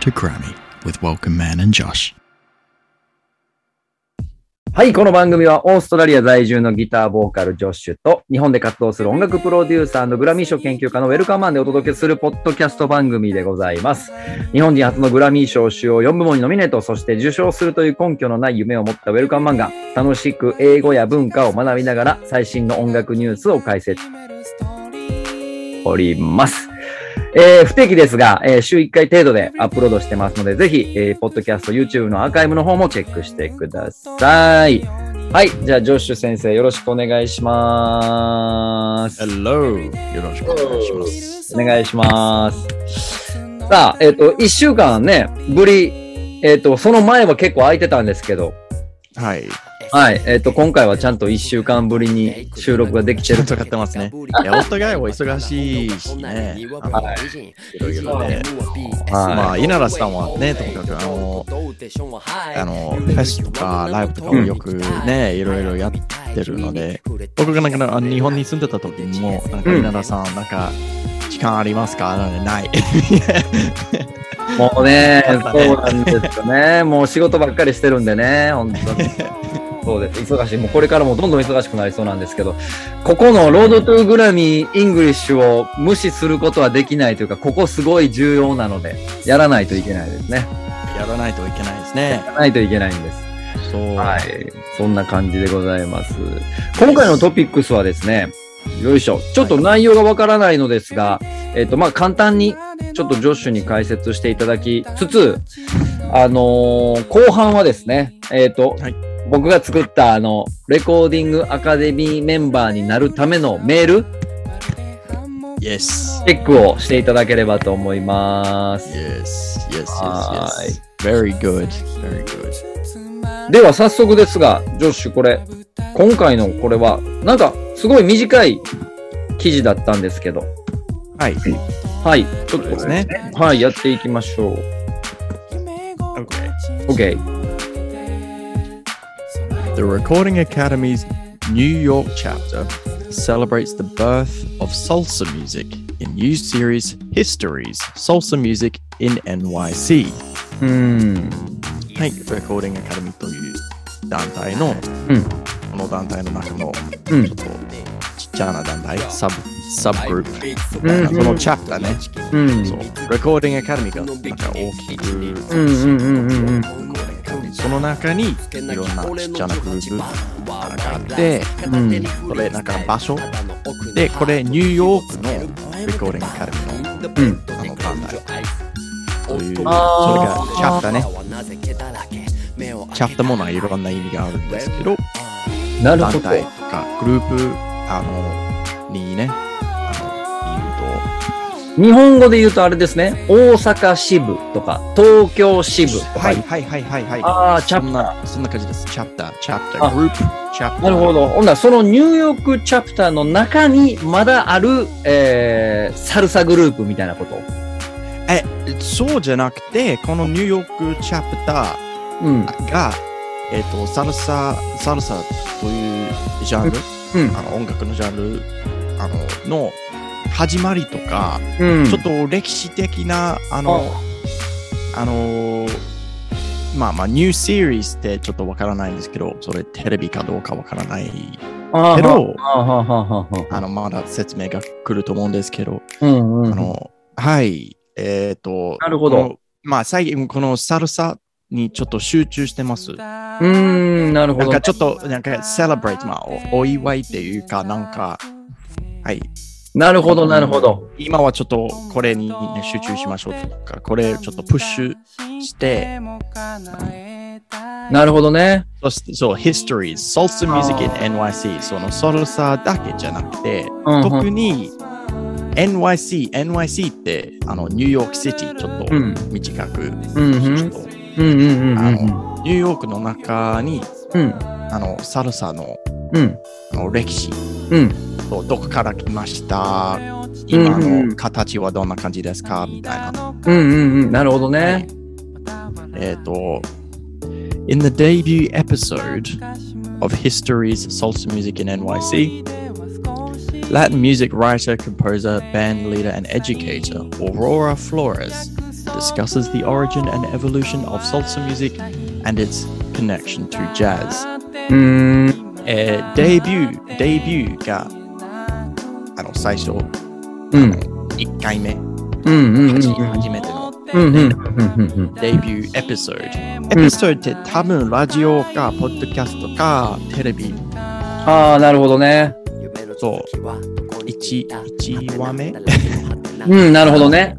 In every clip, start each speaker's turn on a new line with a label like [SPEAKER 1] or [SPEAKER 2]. [SPEAKER 1] to Grammy with Welcome Man and Josh.
[SPEAKER 2] はい、この番組はオーストラリア在住のギターボーカルジョッシュと日本で活動する音楽プロデューサーグラミー賞研究家のウェルカーマンでお届けするポッドキャスト番組でございます。日本人初のグラミー賞主要4部門にノミネート、そして受賞するという根拠のない夢を持ったウェルカーマンが楽しく英語や文化を学びながら最新の音楽ニュースを解説しております。えー不定期ですが、えー週1回程度でアップロードしてますので、ぜひ、えー、ポッドキャスト、YouTube のアーカイブの方もチェックしてください。はい。じゃあ、ジョッシュ先生、よろしくお願いします。
[SPEAKER 1] Hello. よろしくお願いします。
[SPEAKER 2] お願いします。さあ、えっ、と、1週間ね、ぶり、えっ、と、その前は結構空いてたんですけど、
[SPEAKER 1] はい。
[SPEAKER 2] はい。えっ、と、今回はちゃんと1週間ぶりに収録ができてる
[SPEAKER 1] ちょっと買ってますね。いや、お互いお忙しいしね。あの
[SPEAKER 2] はい
[SPEAKER 1] ろいろね。
[SPEAKER 2] はい
[SPEAKER 1] まあ、稲田さんはね、とにかく、あの、あの、フェスとかライブとかをよくね、いろいろやってるので、僕がなんかあの日本に住んでた時も、なんか
[SPEAKER 2] うん
[SPEAKER 1] 稲田さん、なんか、時間ありますかなんかない。
[SPEAKER 2] もうね、
[SPEAKER 1] よかったね
[SPEAKER 2] そうなんです よね。もう仕事ばっかりしてるんでね、本当に。そうです。忙しい。もうこれからもどんどん忙しくなりそうなんですけど、ここのロードトゥーグラミーイングリッシュを無視することはできないというか、ここすごい重要なので、やらないといけないですね。
[SPEAKER 1] やらないといけないですね。
[SPEAKER 2] やらないといけないんです。
[SPEAKER 1] そう。
[SPEAKER 2] はい。そんな感じでございます。今回のトピックスはですね、よいしょ。ちょっと内容がわからないのですが、えっ、と、まあ、簡単に、ちょっとジョッシュに解説していただきつつ、あのー後半はですね、えっ、と、
[SPEAKER 1] はい
[SPEAKER 2] 僕が作った、あの、レコーディングアカデミーメンバーになるためのメール、
[SPEAKER 1] Yes.
[SPEAKER 2] チェックをしていただければと思います。
[SPEAKER 1] Yes, yes, yes,
[SPEAKER 2] は
[SPEAKER 1] yes. Very good, very good.
[SPEAKER 2] では、早速ですが、ジョッシュ、これ、今回のこれは、なんか、すごい短い記事だったんですけど、
[SPEAKER 1] はい、
[SPEAKER 2] はい、ちょっと
[SPEAKER 1] ですね。
[SPEAKER 2] はい、やっていきましょう。
[SPEAKER 1] Okay.
[SPEAKER 2] OK。
[SPEAKER 1] The Recording Academy's New York chapter celebrates the birth of salsa music in new series Histories Salsa Music in NYC.
[SPEAKER 2] うーん。
[SPEAKER 1] はい、Recording Academy という団体の、
[SPEAKER 2] うん
[SPEAKER 1] この団体の中のち
[SPEAKER 2] う
[SPEAKER 1] ょ
[SPEAKER 2] ん
[SPEAKER 1] っとちっちゃな団体、サブサブグループ、
[SPEAKER 2] う
[SPEAKER 1] そ
[SPEAKER 2] ん
[SPEAKER 1] のチャプターね、
[SPEAKER 2] うん。
[SPEAKER 1] そう Recording Academy がなんか大きく
[SPEAKER 2] うんうんうんうんうん。
[SPEAKER 1] その中にいろんなちっちゃなグループがあって、
[SPEAKER 2] うん。
[SPEAKER 1] これなんか場所で、これニューヨークのレコーディングカルビの
[SPEAKER 2] う
[SPEAKER 1] あ
[SPEAKER 2] ん。
[SPEAKER 1] のバンダイという、それ
[SPEAKER 2] あ
[SPEAKER 1] がチャプターね。チャプターもないろんな意味があるんですけど、
[SPEAKER 2] なるほ
[SPEAKER 1] 団
[SPEAKER 2] ど。
[SPEAKER 1] 体とかグループあのにね、あ
[SPEAKER 2] 日本語で言うとあれですね。大阪支部とか、東京支
[SPEAKER 1] の、
[SPEAKER 2] 部
[SPEAKER 1] 言うと、
[SPEAKER 2] とか。
[SPEAKER 1] はいはいはいはい。
[SPEAKER 2] ああ、チ
[SPEAKER 1] そ
[SPEAKER 2] ャ
[SPEAKER 1] ん
[SPEAKER 2] プター。
[SPEAKER 1] な、そんな感じです。チャプター、チャプタ
[SPEAKER 2] あ
[SPEAKER 1] ー、グループ、チャプター。
[SPEAKER 2] なるほ。ど。ほんならそのニューヨークチャプターの中にまだある、えー、サルサグループみたいなこと。
[SPEAKER 1] そうじゃなくて、このニューヨークチャプター、
[SPEAKER 2] うん。
[SPEAKER 1] が、えっとサルササルサというジャンル、
[SPEAKER 2] うん
[SPEAKER 1] あの音楽のジャンルあのの始まりとか、
[SPEAKER 2] うん。
[SPEAKER 1] ちょっと歴史的なあのあのまあまあニューシリーズってちょっとわからないんですけどそれテレビかどうかわからない
[SPEAKER 2] あー
[SPEAKER 1] けど
[SPEAKER 2] はあはあはあはあ
[SPEAKER 1] あのまだ説明が来ると思うんですけど、
[SPEAKER 2] うんうん。
[SPEAKER 1] あのはいえっ、と
[SPEAKER 2] なるほど
[SPEAKER 1] このまあ最近このサルサにちょっと集中してます
[SPEAKER 2] うーん、なるほ
[SPEAKER 1] なん
[SPEAKER 2] ど
[SPEAKER 1] か。ちょっと、なんか、セレブレイト、まあ、おお祝いっていうか、なんか、はい、
[SPEAKER 2] なるほど、なるほど。
[SPEAKER 1] 今はちょっとこれに、ね、集中しましょうとか、これちょっとプッシュして、
[SPEAKER 2] なるほどね。
[SPEAKER 1] そして、そう、Histories、Salsa Music in NYC、そのソルサだけじゃなくて、
[SPEAKER 2] うんうん
[SPEAKER 1] 特に NYC、NYC って、あの、ニューヨークシティ、ちょっ
[SPEAKER 2] うん
[SPEAKER 1] と短く、
[SPEAKER 2] うんうん
[SPEAKER 1] ちょっと
[SPEAKER 2] うんうんうん
[SPEAKER 1] あのニューヨークの中に、
[SPEAKER 2] うん
[SPEAKER 1] あの、サルサの
[SPEAKER 2] うん
[SPEAKER 1] あの歴史、
[SPEAKER 2] うん
[SPEAKER 1] どどこから来ました今
[SPEAKER 2] うんうん
[SPEAKER 1] の形はどんな感じですかみたいな。
[SPEAKER 2] うんうんうんなるほどね。
[SPEAKER 1] えっ、と、In the debut episode of History's Salsa Music in NYC, Latin music writer, composer, band leader, and educator Aurora Flores discusses the origin and evolution of salsa music and its connection to jazz.
[SPEAKER 2] うーん。
[SPEAKER 1] えーデビュー、デビューが、あの、最初、
[SPEAKER 2] うん。
[SPEAKER 1] 1回目、
[SPEAKER 2] うんうんうんうん。
[SPEAKER 1] 初めての
[SPEAKER 2] うんうんうんうんうん。
[SPEAKER 1] デビューエピソード。エピソードって多分ラジオか、ポッドキャストか、テレビ、
[SPEAKER 2] ああ、なるほどね。
[SPEAKER 1] そう、1、一話目
[SPEAKER 2] うん、なるほどね。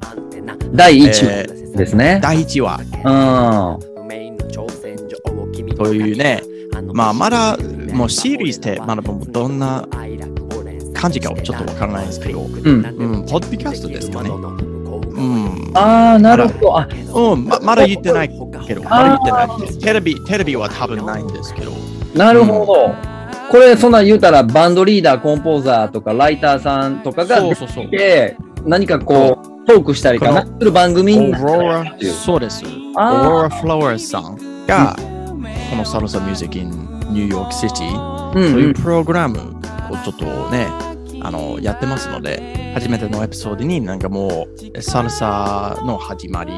[SPEAKER 2] 第1
[SPEAKER 1] え
[SPEAKER 2] 話ですね。
[SPEAKER 1] 第1話
[SPEAKER 2] うん。
[SPEAKER 1] というね、まあ、まだ、もうシリーズって、まだもうどんな感じかちょっとわからないんですけど、うん、
[SPEAKER 2] うん。
[SPEAKER 1] ポッドキャストですかね。うん。
[SPEAKER 2] ああ、なるほど。あ、
[SPEAKER 1] うん、ままだ言ってないけど、まだ言ってないです。テレビ、テレビは多分ないんですけど、
[SPEAKER 2] なるほど。これ、そんなん言うたら、バンドリーダー、コンポーザーとか、ライターさんとかが
[SPEAKER 1] そう
[SPEAKER 2] 出
[SPEAKER 1] そうそう
[SPEAKER 2] てきて、何かこう、トークしたりかな、する番組に
[SPEAKER 1] オ
[SPEAKER 2] な
[SPEAKER 1] ロ
[SPEAKER 2] る
[SPEAKER 1] ーラ、そうです。オ
[SPEAKER 2] あー
[SPEAKER 1] ローラ・フラワーさんが、このサルサ・ミュージック・イン・ニューヨーク・シティ
[SPEAKER 2] うん
[SPEAKER 1] と
[SPEAKER 2] う。
[SPEAKER 1] いうんプログラムをちょっとね、あの、やってますので、初めてのエピソードになんかもう、サルサの始まり、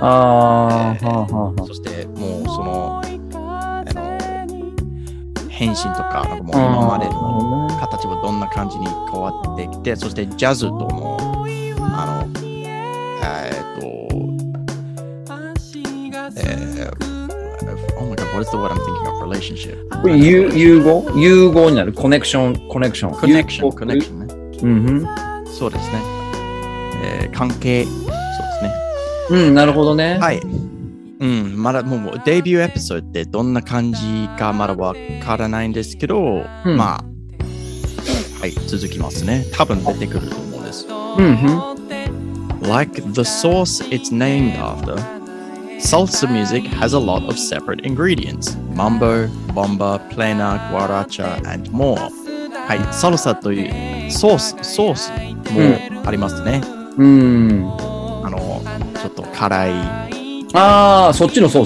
[SPEAKER 2] ああ、はあはあは
[SPEAKER 1] そしてもうその、あの、変身とか、なんかもう今までの
[SPEAKER 2] あ。
[SPEAKER 1] 形はどんな感じに変わってきて、そしてジャズとの、あの、えーっと、えー、Oh my god, what is the word I'm thinking of? Relationship.
[SPEAKER 2] これ融融合融合になる。コネクション、コネクション。
[SPEAKER 1] Connection,
[SPEAKER 2] 融合
[SPEAKER 1] connection ね。
[SPEAKER 2] うん
[SPEAKER 1] そうですね。えー、関係、そうですね。
[SPEAKER 2] うん。うん、なるほどね。
[SPEAKER 1] はい。うん、まだもうもうデビューエピソードってどんな感じかまだわからないんですけど、
[SPEAKER 2] うん
[SPEAKER 1] まあ、はい、続きますね。多分出てくると思うんです。
[SPEAKER 2] うんうん。
[SPEAKER 1] Like the sauce it's named after, salsa music has a lot of separate ingredients mambo, bomba, plena, guaracha, and more. はい、サルサというソース、ソースもありますね。
[SPEAKER 2] うん。
[SPEAKER 1] あの、ちょっと辛い、
[SPEAKER 2] ああ、そっちのソー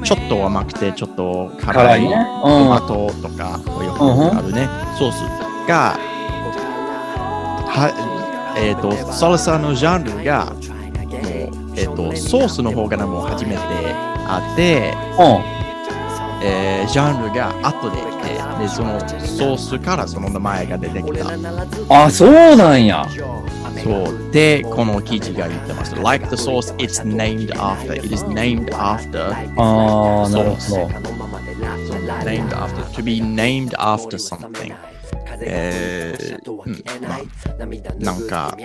[SPEAKER 2] ス
[SPEAKER 1] ちょっと甘くて、ちょっと辛
[SPEAKER 2] 辛
[SPEAKER 1] い、
[SPEAKER 2] いね。
[SPEAKER 1] ト
[SPEAKER 2] うん
[SPEAKER 1] マ。トとか、よくあるね、ソースが、はえっ、と、サルサのジャンルが、えっ、と、ソースの方がもう初めてあって、えージャンルが後で来てでそのソースからその名前が出てきた
[SPEAKER 2] あ、そうなんや。
[SPEAKER 1] そうでこの記事が言ってます Like the sauce it's named after it is named after
[SPEAKER 2] ああ、なるほ
[SPEAKER 1] そう so
[SPEAKER 2] ど。
[SPEAKER 1] named after to be named after something えーうんまあなんか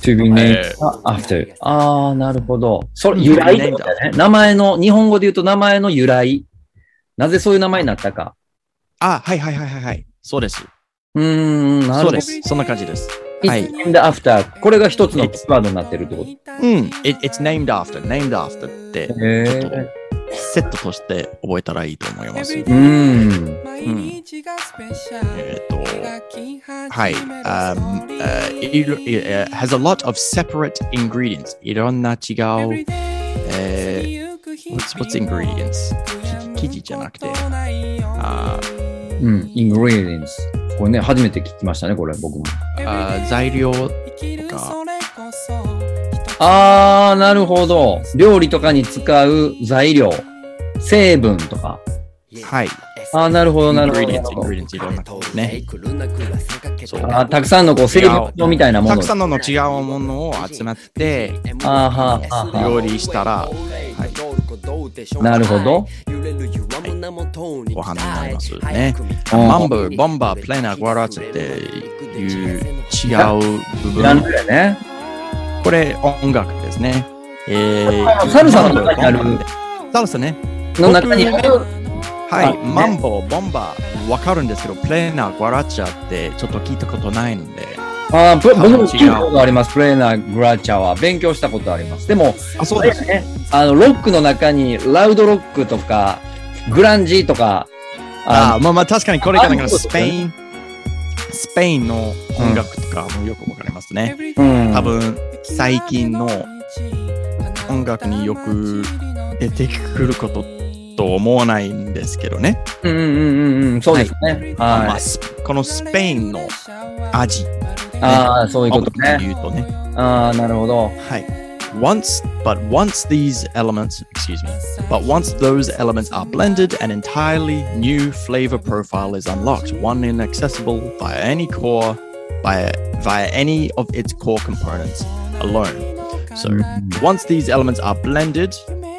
[SPEAKER 2] to be
[SPEAKER 1] え
[SPEAKER 2] named after. ああ、なるほど。それ、由来ってことだね。名前の、日本語で言うと名前の由来。なぜそういう名前になったか。
[SPEAKER 1] あはいはいはいはいはいそうです
[SPEAKER 2] うーん、なる
[SPEAKER 1] そ
[SPEAKER 2] ほ
[SPEAKER 1] う
[SPEAKER 2] ど。
[SPEAKER 1] ですそんな感じですは
[SPEAKER 2] はいい。named after. これが一つのキーワードになってるってこと。
[SPEAKER 1] うん it, it's named after named after って
[SPEAKER 2] へ
[SPEAKER 1] ちょっと
[SPEAKER 2] ー
[SPEAKER 1] セットとして覚えたらいいと思います
[SPEAKER 2] うーん。
[SPEAKER 3] うん。え
[SPEAKER 1] えっ、と
[SPEAKER 3] ーは。
[SPEAKER 1] はいい。あ
[SPEAKER 3] あ
[SPEAKER 1] ーえ
[SPEAKER 3] え
[SPEAKER 1] ーいろいえー has a lot of separate ingredients. いろんな違う、
[SPEAKER 3] え
[SPEAKER 1] え
[SPEAKER 3] ー、
[SPEAKER 1] ー、what's,
[SPEAKER 3] what's, what's
[SPEAKER 1] what's
[SPEAKER 3] ingredient?
[SPEAKER 1] ingredients?
[SPEAKER 3] 生地じゃなくて。
[SPEAKER 1] あ
[SPEAKER 3] あ
[SPEAKER 2] うん。ingredients。これね、初めて聞きましたね、これ、僕も。
[SPEAKER 1] ーあー材料、
[SPEAKER 3] ーとか。
[SPEAKER 2] あー、なるほど。料理とかに使う材料、成分とか。
[SPEAKER 1] はい。
[SPEAKER 2] あー、なるほど、なるほ
[SPEAKER 1] ingredients、
[SPEAKER 2] ど。
[SPEAKER 1] ingredients、いろんなね。そう
[SPEAKER 2] あーたくさんのこう、成分みたいなも
[SPEAKER 1] た
[SPEAKER 2] の
[SPEAKER 1] く。さんの違うものを集まって、
[SPEAKER 2] あーはーはーは
[SPEAKER 1] 料理したら、
[SPEAKER 2] ーなるほど。
[SPEAKER 1] ご飯になりますよね。マンブ、ボンバー、プレーナー、ゴアラーツっていう違う部
[SPEAKER 2] なん
[SPEAKER 1] 分。
[SPEAKER 2] だよね。
[SPEAKER 1] これ音楽ですね。えー、
[SPEAKER 2] サルサの中にある
[SPEAKER 1] マンボサルサね。
[SPEAKER 2] の中にある。
[SPEAKER 1] はい、
[SPEAKER 2] ね
[SPEAKER 1] マンボウ、ボンバー、わかるんですけど、プレーナー、ガラチャってちょっと聞いたことないので。
[SPEAKER 2] あープレ僕も聞いたことあります。プレーナー・グラチャは勉強したことあります。でも、
[SPEAKER 1] あ、そ
[SPEAKER 2] あれ。ね、あの、ロックの中に、ラウドロックとか、グランジとか、
[SPEAKER 1] あ
[SPEAKER 2] あ
[SPEAKER 1] まあまあ確かにこれがなん
[SPEAKER 2] あ
[SPEAKER 1] か
[SPEAKER 2] そうです
[SPEAKER 1] ス
[SPEAKER 2] ね
[SPEAKER 1] ペイン、スペインの音楽とかもよくわかりますね。
[SPEAKER 2] ーうん。
[SPEAKER 1] 多分最近の
[SPEAKER 3] 音楽によく出
[SPEAKER 1] 出
[SPEAKER 3] て
[SPEAKER 1] て
[SPEAKER 3] く
[SPEAKER 1] くることと思わないんですけどね。
[SPEAKER 2] うんうんうんうん。そうですね。はい。
[SPEAKER 1] まあ、スこのスペインの味、
[SPEAKER 2] ああ、そういうこと
[SPEAKER 1] 音楽
[SPEAKER 2] ね。
[SPEAKER 1] で言うとね。
[SPEAKER 2] ああ、なるほど。
[SPEAKER 1] はい。 Once, but once these elements, excuse me, but once those elements are blended, an entirely new flavor profile is unlocked, one inaccessible via any core, by, via any of its core components alone. So, once these elements are blended,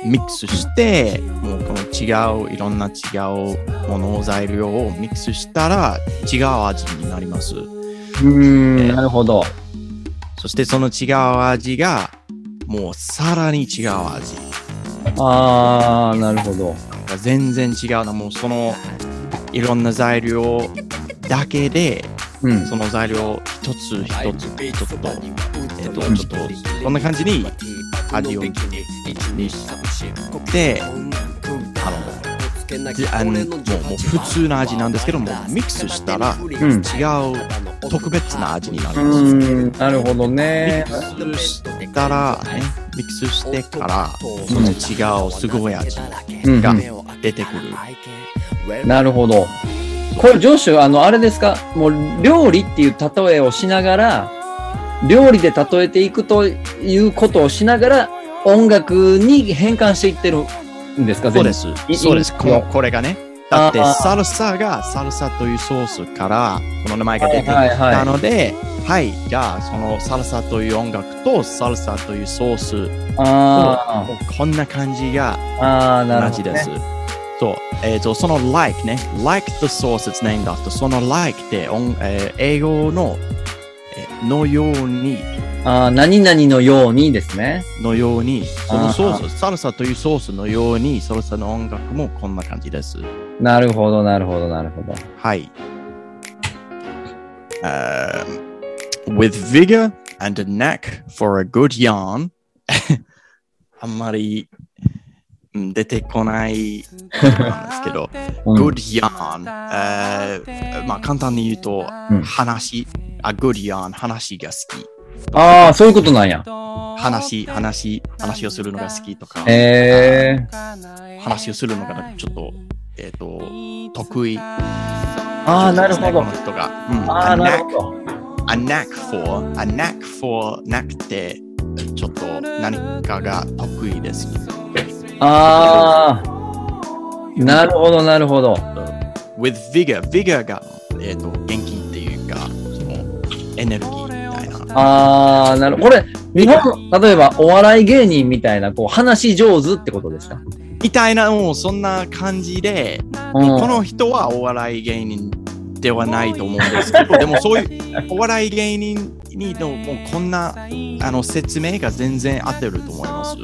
[SPEAKER 1] ミックスして、もうこの違う、いろんな違うもの、材料をミックスしたら違う味になります。
[SPEAKER 2] うん、なるほど。
[SPEAKER 1] そしてその違う味が、もうさらに違う味。
[SPEAKER 2] あー、なるほど。
[SPEAKER 1] 全然違うな、もうそのいろんな材料だけで、
[SPEAKER 2] うん。
[SPEAKER 1] その材料一つ一つ一つと、えっ、と、ちょっと、こんな感じに味をにして、あの、じあのもうもう普通の味なんですけども、ミックスしたら
[SPEAKER 2] うん。
[SPEAKER 1] 違う特別な味になるんです。
[SPEAKER 2] うん、なるほど
[SPEAKER 1] ミ
[SPEAKER 2] ね。
[SPEAKER 1] ックスしたら、ね、ミックスしてから、その違うすごい味
[SPEAKER 2] うん
[SPEAKER 1] が出てくる。
[SPEAKER 2] なるほど。これ、ジョシュ、あの、あれですかもう、料理っていう例えをしながら、料理で例えていくということをしながら、音楽に変換していってるんですか。
[SPEAKER 1] そうですす
[SPEAKER 2] い。
[SPEAKER 1] そうです。
[SPEAKER 2] いい
[SPEAKER 1] このこれがね。だって
[SPEAKER 2] あー、
[SPEAKER 1] サルサが、サルサというソースから、この名前が出てき
[SPEAKER 2] はいはいは
[SPEAKER 1] た
[SPEAKER 2] い
[SPEAKER 1] ので、はい、じゃあ、そのサルサという音楽と、サルサというソース、
[SPEAKER 2] あー
[SPEAKER 1] こんな感じが
[SPEAKER 2] あー、なる
[SPEAKER 1] 同
[SPEAKER 2] ほ
[SPEAKER 1] じ
[SPEAKER 2] ど、
[SPEAKER 1] で
[SPEAKER 2] ね。
[SPEAKER 1] す。そう。えっ、と、その like ね。like the sauce it's named after。その like って、音えー英語の、えーのように、
[SPEAKER 2] ああ、何々のようにですね。
[SPEAKER 1] のように、そのソ
[SPEAKER 2] あ
[SPEAKER 1] ース、サルサというソースのように、サルサの音楽もこんな感じです。
[SPEAKER 2] なるほど、なるほど、なるほど。
[SPEAKER 1] Hi. Um, with vigor and a knack for a good yarn. あんまりうん出てこないなんですけ ど、
[SPEAKER 2] うん
[SPEAKER 1] good yarn、えーまあ簡単に言うと、
[SPEAKER 2] うん
[SPEAKER 1] 話、あ、good yarn、話が好き。
[SPEAKER 2] ああ、そういうことなんや。
[SPEAKER 1] 話、話、話をするのが好きとか、
[SPEAKER 2] ええ
[SPEAKER 1] 話をするのがちょっと、えっ、と、得意。
[SPEAKER 2] ああ、なるほど
[SPEAKER 1] こ。の人が。うん
[SPEAKER 2] ああ、
[SPEAKER 1] a
[SPEAKER 2] な
[SPEAKER 1] knack
[SPEAKER 2] るほど。
[SPEAKER 1] a knack for, a knack for, knack って、ちょっと何かが得意です。
[SPEAKER 2] ああ、なるほど、なるほど。
[SPEAKER 1] with vigor, vigor が、えっ、と、元気っていうか、その、エネルギーみたいな。
[SPEAKER 2] ああ、なるこれ、日本の、例えばお笑い芸人みたいな、こう、話し上手ってことですか
[SPEAKER 1] みたいな、もうそんな感じで、
[SPEAKER 2] うん
[SPEAKER 1] この人はお笑い芸人ではないと思うんです けど、でもそういう、お笑い芸人にの、もうこんな、あの、説明が全然合ってると思います。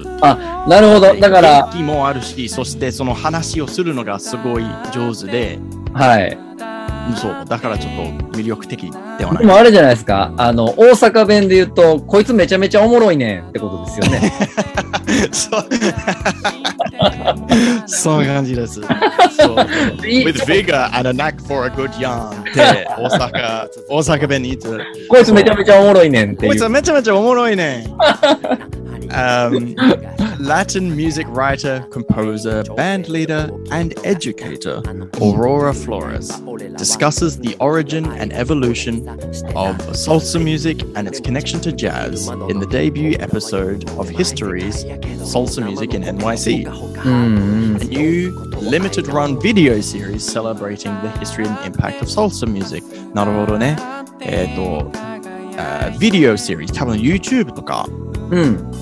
[SPEAKER 2] なるほど。だから、
[SPEAKER 1] 元気もあるし、そしてその話をするのがすごい上手で、
[SPEAKER 2] はい。
[SPEAKER 1] そう、だからちょっと魅力的ではな
[SPEAKER 2] で
[SPEAKER 1] い。
[SPEAKER 2] もあれじゃないですか。あの、大阪弁で言うと、こいつめちゃめちゃおもろいねんってことですよ ね。
[SPEAKER 1] そうそんな感じです。そう
[SPEAKER 2] いい
[SPEAKER 1] With vigor and a knack for a good yarn って大阪、大阪弁に言ってる。
[SPEAKER 2] こいつめちゃめちゃおもろいねんって
[SPEAKER 1] こい
[SPEAKER 2] い
[SPEAKER 1] つ
[SPEAKER 2] う。
[SPEAKER 1] めちゃめちゃおもろいね。um, Latin music writer, composer, band leader, and educator Aurora Flores discusses the origin and evolution of salsa music and its connection to jazz in the debut episode of Histories Salsa Music in NYC,
[SPEAKER 2] うん、
[SPEAKER 1] a new limited run video series celebrating the history and impact of salsa music. なるほどね。えっ、と、あー uh, video series、多分 YouTube とか。
[SPEAKER 2] うん。うん。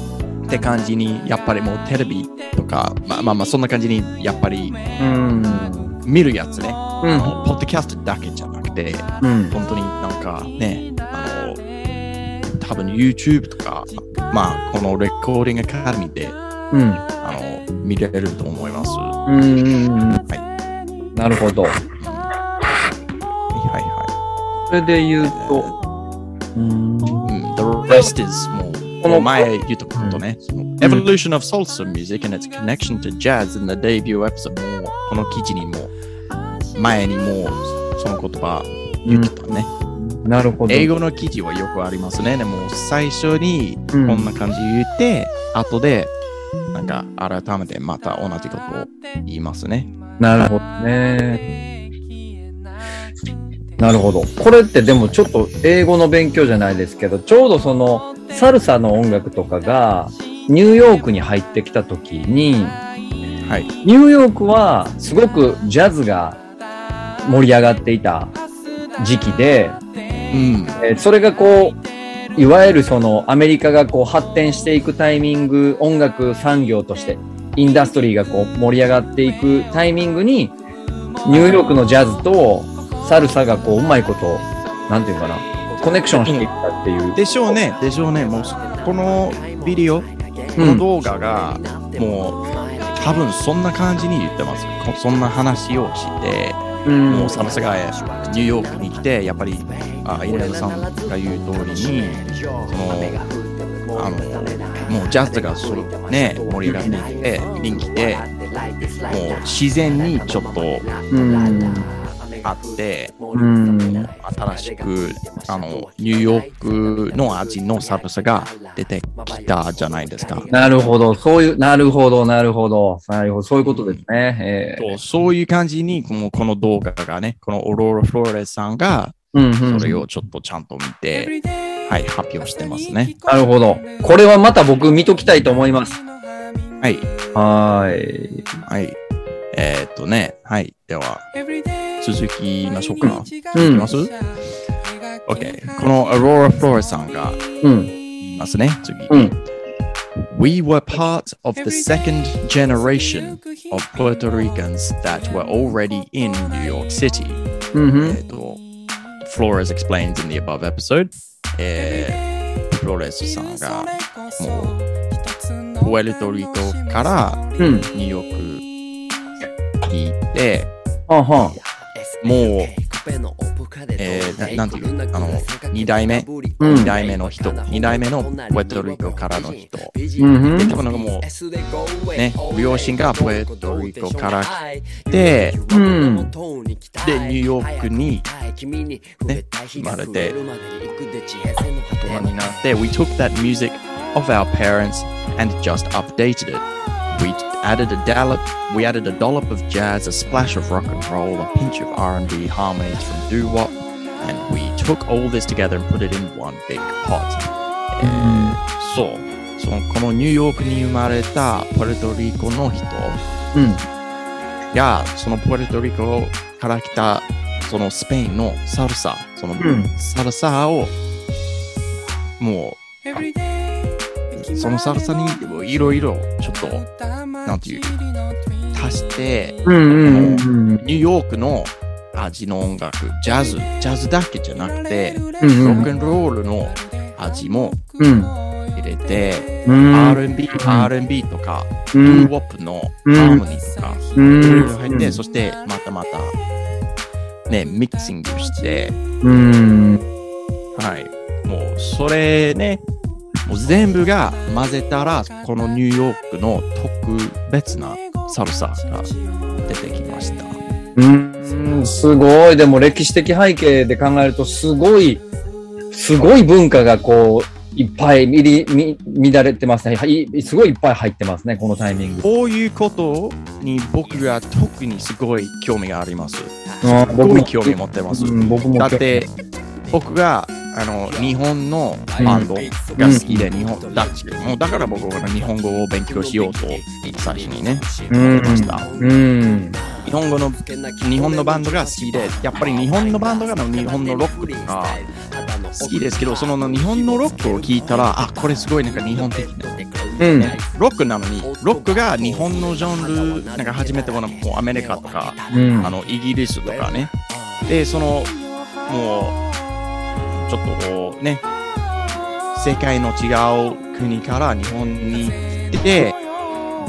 [SPEAKER 1] って感じにやっぱりもうテレビとかまあまあまあそんな感じにやっぱり
[SPEAKER 2] うん。
[SPEAKER 1] 見るやつね、
[SPEAKER 2] う
[SPEAKER 1] あ
[SPEAKER 2] ん。
[SPEAKER 1] のポッドキャストだけじゃなくて
[SPEAKER 2] うん。
[SPEAKER 1] 本当になんかねあの多分 YouTube とかまあこのレコーディングアカデミーで
[SPEAKER 2] うん。
[SPEAKER 1] あの見れると思いますは
[SPEAKER 2] うんうんうん。
[SPEAKER 1] は
[SPEAKER 2] なるほど。
[SPEAKER 1] いはいは
[SPEAKER 2] それで言うと、う
[SPEAKER 1] い、
[SPEAKER 2] ん。
[SPEAKER 1] うん、The rest is もう
[SPEAKER 2] この
[SPEAKER 1] 前言ったことね、その Evolution of Salsa Music and its connection to Jazz in the debut episode もうこの記事にも前にもうその言葉言ってたね、
[SPEAKER 2] なるほど。
[SPEAKER 1] 英語の記事はよくありますね。でも最初にこんな感じ言って、後でなんか改めてまた同じことを言いますね。
[SPEAKER 2] なるほどね。なるほど。これってでもちょっと英語の勉強じゃないですけど、ちょうどそのサルサの音楽とかが、ニューヨークに入ってきた時に、
[SPEAKER 1] はい。
[SPEAKER 2] ニューヨークはすごくジャズが盛り上がっていた時期で、
[SPEAKER 1] うん。
[SPEAKER 2] えーそれがこう、いわゆるそのアメリカがこう発展していくタイミング、音楽産業として、インダストリーがこう盛り上がっていくタイミングに、ニューヨークのジャズとサルサがこううまいこと、なんていうのかな、コネクションしていったっていう。
[SPEAKER 1] でしょうね。でしょうね。もう、このビデオ、この動画が、もう、多分そんな感じに言ってます。こそんな話をして、
[SPEAKER 2] うん
[SPEAKER 1] もうサムスがニューヨークに来て、やっぱり、あ稲田さんが言う通りに、その、あの、もうジャズがそうね、盛り上がっていって、人気で、もう自然にちょっと
[SPEAKER 2] うん。
[SPEAKER 1] あって、
[SPEAKER 2] うん。
[SPEAKER 1] 新しくあのニューヨークの味のサルサが出てきたじゃないですか。
[SPEAKER 2] なるほど。そういう、なるほど、なるほど。なるほど。そういうことですね。えー
[SPEAKER 1] そうそういう感じにもうこの動画がね、このオローラ・フローレスさんが
[SPEAKER 2] うん、うん。
[SPEAKER 1] それをちょっとちゃんと見て、はい、発表してますね。
[SPEAKER 2] なるほど。これはまた僕見ときたいと思います。
[SPEAKER 1] はい、
[SPEAKER 2] はーい。
[SPEAKER 1] はい。えーっとね、はい。では、続きましょうか。
[SPEAKER 2] うん
[SPEAKER 1] いきます ?OK。このオローラ・フローレスさんが
[SPEAKER 2] うん。
[SPEAKER 1] 言いますね、次。
[SPEAKER 2] うん。
[SPEAKER 1] We were part of the second generation of Puerto Ricans that were already in New York City.
[SPEAKER 2] うんふん。
[SPEAKER 1] えっと Flores explains in the above episode. Eh, えー、フロレスさんがもうプエルトリコから
[SPEAKER 2] うん。
[SPEAKER 1] ニューヨークに行って
[SPEAKER 2] はんはん。
[SPEAKER 1] もう、え
[SPEAKER 4] え
[SPEAKER 1] ー
[SPEAKER 4] ー、
[SPEAKER 1] な
[SPEAKER 4] な
[SPEAKER 1] なん
[SPEAKER 4] ん
[SPEAKER 1] て
[SPEAKER 4] て
[SPEAKER 1] い
[SPEAKER 4] いうう
[SPEAKER 1] あ
[SPEAKER 4] あ
[SPEAKER 1] の
[SPEAKER 4] の、
[SPEAKER 1] 二
[SPEAKER 4] 二
[SPEAKER 1] 代
[SPEAKER 4] 代
[SPEAKER 1] 目
[SPEAKER 4] 目、
[SPEAKER 2] うん
[SPEAKER 4] 二代目の人、二代目のプエトリコからの人。
[SPEAKER 1] うん
[SPEAKER 2] うん
[SPEAKER 4] で、
[SPEAKER 1] で
[SPEAKER 4] 多
[SPEAKER 1] 多
[SPEAKER 4] 分
[SPEAKER 1] 分
[SPEAKER 4] な
[SPEAKER 1] なんんか
[SPEAKER 4] かも
[SPEAKER 1] も
[SPEAKER 4] う、ね
[SPEAKER 1] ね、
[SPEAKER 4] 両
[SPEAKER 1] 両親
[SPEAKER 4] 親が
[SPEAKER 1] が
[SPEAKER 4] プ
[SPEAKER 1] プ
[SPEAKER 4] エ
[SPEAKER 1] エ
[SPEAKER 4] ト
[SPEAKER 1] ト
[SPEAKER 4] リ
[SPEAKER 1] リ
[SPEAKER 4] コ
[SPEAKER 1] コ
[SPEAKER 4] か
[SPEAKER 1] からら
[SPEAKER 4] 来て
[SPEAKER 1] て、
[SPEAKER 2] うん
[SPEAKER 4] で、ニューヨークに、ね、生まれて、
[SPEAKER 1] 大人になって We took that music of our parents and just updated it. We added a dollop, we added a dollop of jazz, a splash of rock and roll, a pinch of R&B harmonies from doo wop, and we took all this together and put it in one big pot. Eh, えーそう。そのこのニューヨークに生まれたポルトリコの人
[SPEAKER 2] うん。
[SPEAKER 1] やそのポルトリコから来たそのスペインのサルサその
[SPEAKER 2] ん
[SPEAKER 1] サルサをもうそ
[SPEAKER 3] そ
[SPEAKER 1] の
[SPEAKER 3] の
[SPEAKER 1] サ
[SPEAKER 3] サ
[SPEAKER 1] ル
[SPEAKER 3] ル
[SPEAKER 1] サ
[SPEAKER 3] サ
[SPEAKER 1] に
[SPEAKER 3] に
[SPEAKER 1] いろいろちょっと
[SPEAKER 3] なんていう
[SPEAKER 1] 足して
[SPEAKER 2] うんうんうんうん。
[SPEAKER 1] ニューヨークの味の音楽ジャズジャズだけじゃなくて
[SPEAKER 2] う
[SPEAKER 1] ロッ
[SPEAKER 2] ん
[SPEAKER 1] クンロールの味も
[SPEAKER 2] うん。
[SPEAKER 1] 入れて
[SPEAKER 2] うん。
[SPEAKER 1] R&B、R&B とか、
[SPEAKER 2] う
[SPEAKER 1] ドゥー
[SPEAKER 2] ん。
[SPEAKER 1] ウォップのハ
[SPEAKER 2] うん
[SPEAKER 1] ーモニーとか、
[SPEAKER 2] う
[SPEAKER 1] いろい
[SPEAKER 2] ん
[SPEAKER 1] ろ。入って、そしてまたまた、ね、ミキシングして、
[SPEAKER 2] うん。
[SPEAKER 1] はい。もう、それね、もう全部が混ぜたら、このニューヨークの特別なサルサが出てきました。
[SPEAKER 2] うん。すごい。でも歴史的背景で考えると、すごい、すごい文化がこう、いっぱいみりみ乱れてますね。はい、すごいいっぱい入ってますね、このタイミング。
[SPEAKER 1] こういうことに僕が特にすごい興味があります。
[SPEAKER 2] あ
[SPEAKER 1] すごい興味持ってます。
[SPEAKER 2] うん、僕も。
[SPEAKER 1] だって、僕が、あの、日本のバンドが好きで、日本、だ、もうだから僕は日本語を勉強しようと、最初にね、
[SPEAKER 2] うん
[SPEAKER 1] 思いました。
[SPEAKER 2] うん。
[SPEAKER 1] 日本語の日本のバンドが好きでやっぱり日本のバンドが日本のロックとか好きですけどその日本のロックを聞いたらあこれすごいなんか日本的な
[SPEAKER 2] うん。
[SPEAKER 1] ロックなのにロックが日本のジャンルなんか初めてこのもうアメリカとか
[SPEAKER 2] うん。
[SPEAKER 1] あのイギリスとかねでそのもうちょっとこうね世界の違う国から日本に来て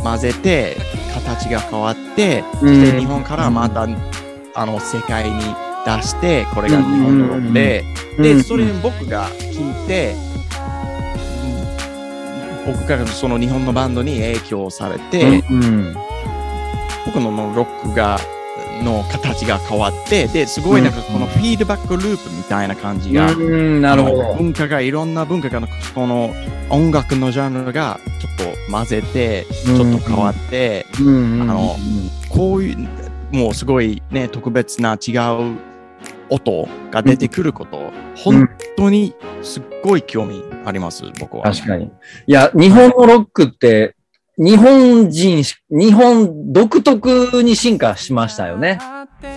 [SPEAKER 1] 混ぜて形が変わって
[SPEAKER 2] うん
[SPEAKER 1] 日本からまた、あの世界に出してこれが日本のロックで、
[SPEAKER 2] うん
[SPEAKER 1] でそれ僕が聞いて、僕がその日本のバンドに影響されて、
[SPEAKER 2] うん。
[SPEAKER 1] 僕のロックがの形が変わってですごいなんかこのフィードバックループみたいな感じが、
[SPEAKER 2] うん、なるほ
[SPEAKER 1] あの
[SPEAKER 2] ど。
[SPEAKER 1] 文化がいろんな文化がこの音楽のジャンルがちょっと混ぜてちょっと変わって。
[SPEAKER 2] うん、
[SPEAKER 1] あのこういう、もうすごいね、特別な違う音が出てくること、本当にすっごい興味あります、僕は。
[SPEAKER 2] 確かに。いや、日本のロックって、日本人し、日本独特に進化しましたよね。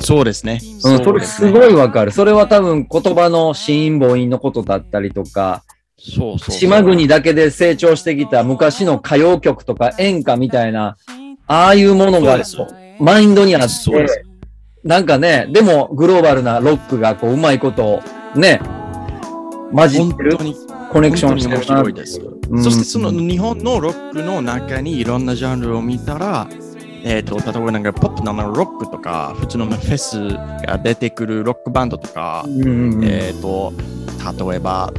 [SPEAKER 1] そうですね。
[SPEAKER 2] うん、
[SPEAKER 1] そ
[SPEAKER 2] そうれ
[SPEAKER 1] ですね
[SPEAKER 2] すごいわかる。それは多分言葉の子音母音のことだったりとか、
[SPEAKER 1] そうそうそう
[SPEAKER 2] 島国だけで成長してきた昔の歌謡曲とか演歌みたいな、ああいうものが
[SPEAKER 1] そうで
[SPEAKER 2] マインドにあっ
[SPEAKER 1] そうです
[SPEAKER 2] て、なんかね、でもグローバルなロックがこううまいことね、混じって
[SPEAKER 1] 本
[SPEAKER 2] る
[SPEAKER 1] 当、に
[SPEAKER 2] コネクションしてる
[SPEAKER 1] 本
[SPEAKER 2] な
[SPEAKER 1] 当に面白いです。
[SPEAKER 2] うん
[SPEAKER 1] そしてその日本のロックの中にいろんなジャンルを見たら、えー、と例えばなんかポップなロックとか普通のフェスが出てくるロックバンドとか、
[SPEAKER 2] うんうんうん
[SPEAKER 1] えー、と例えば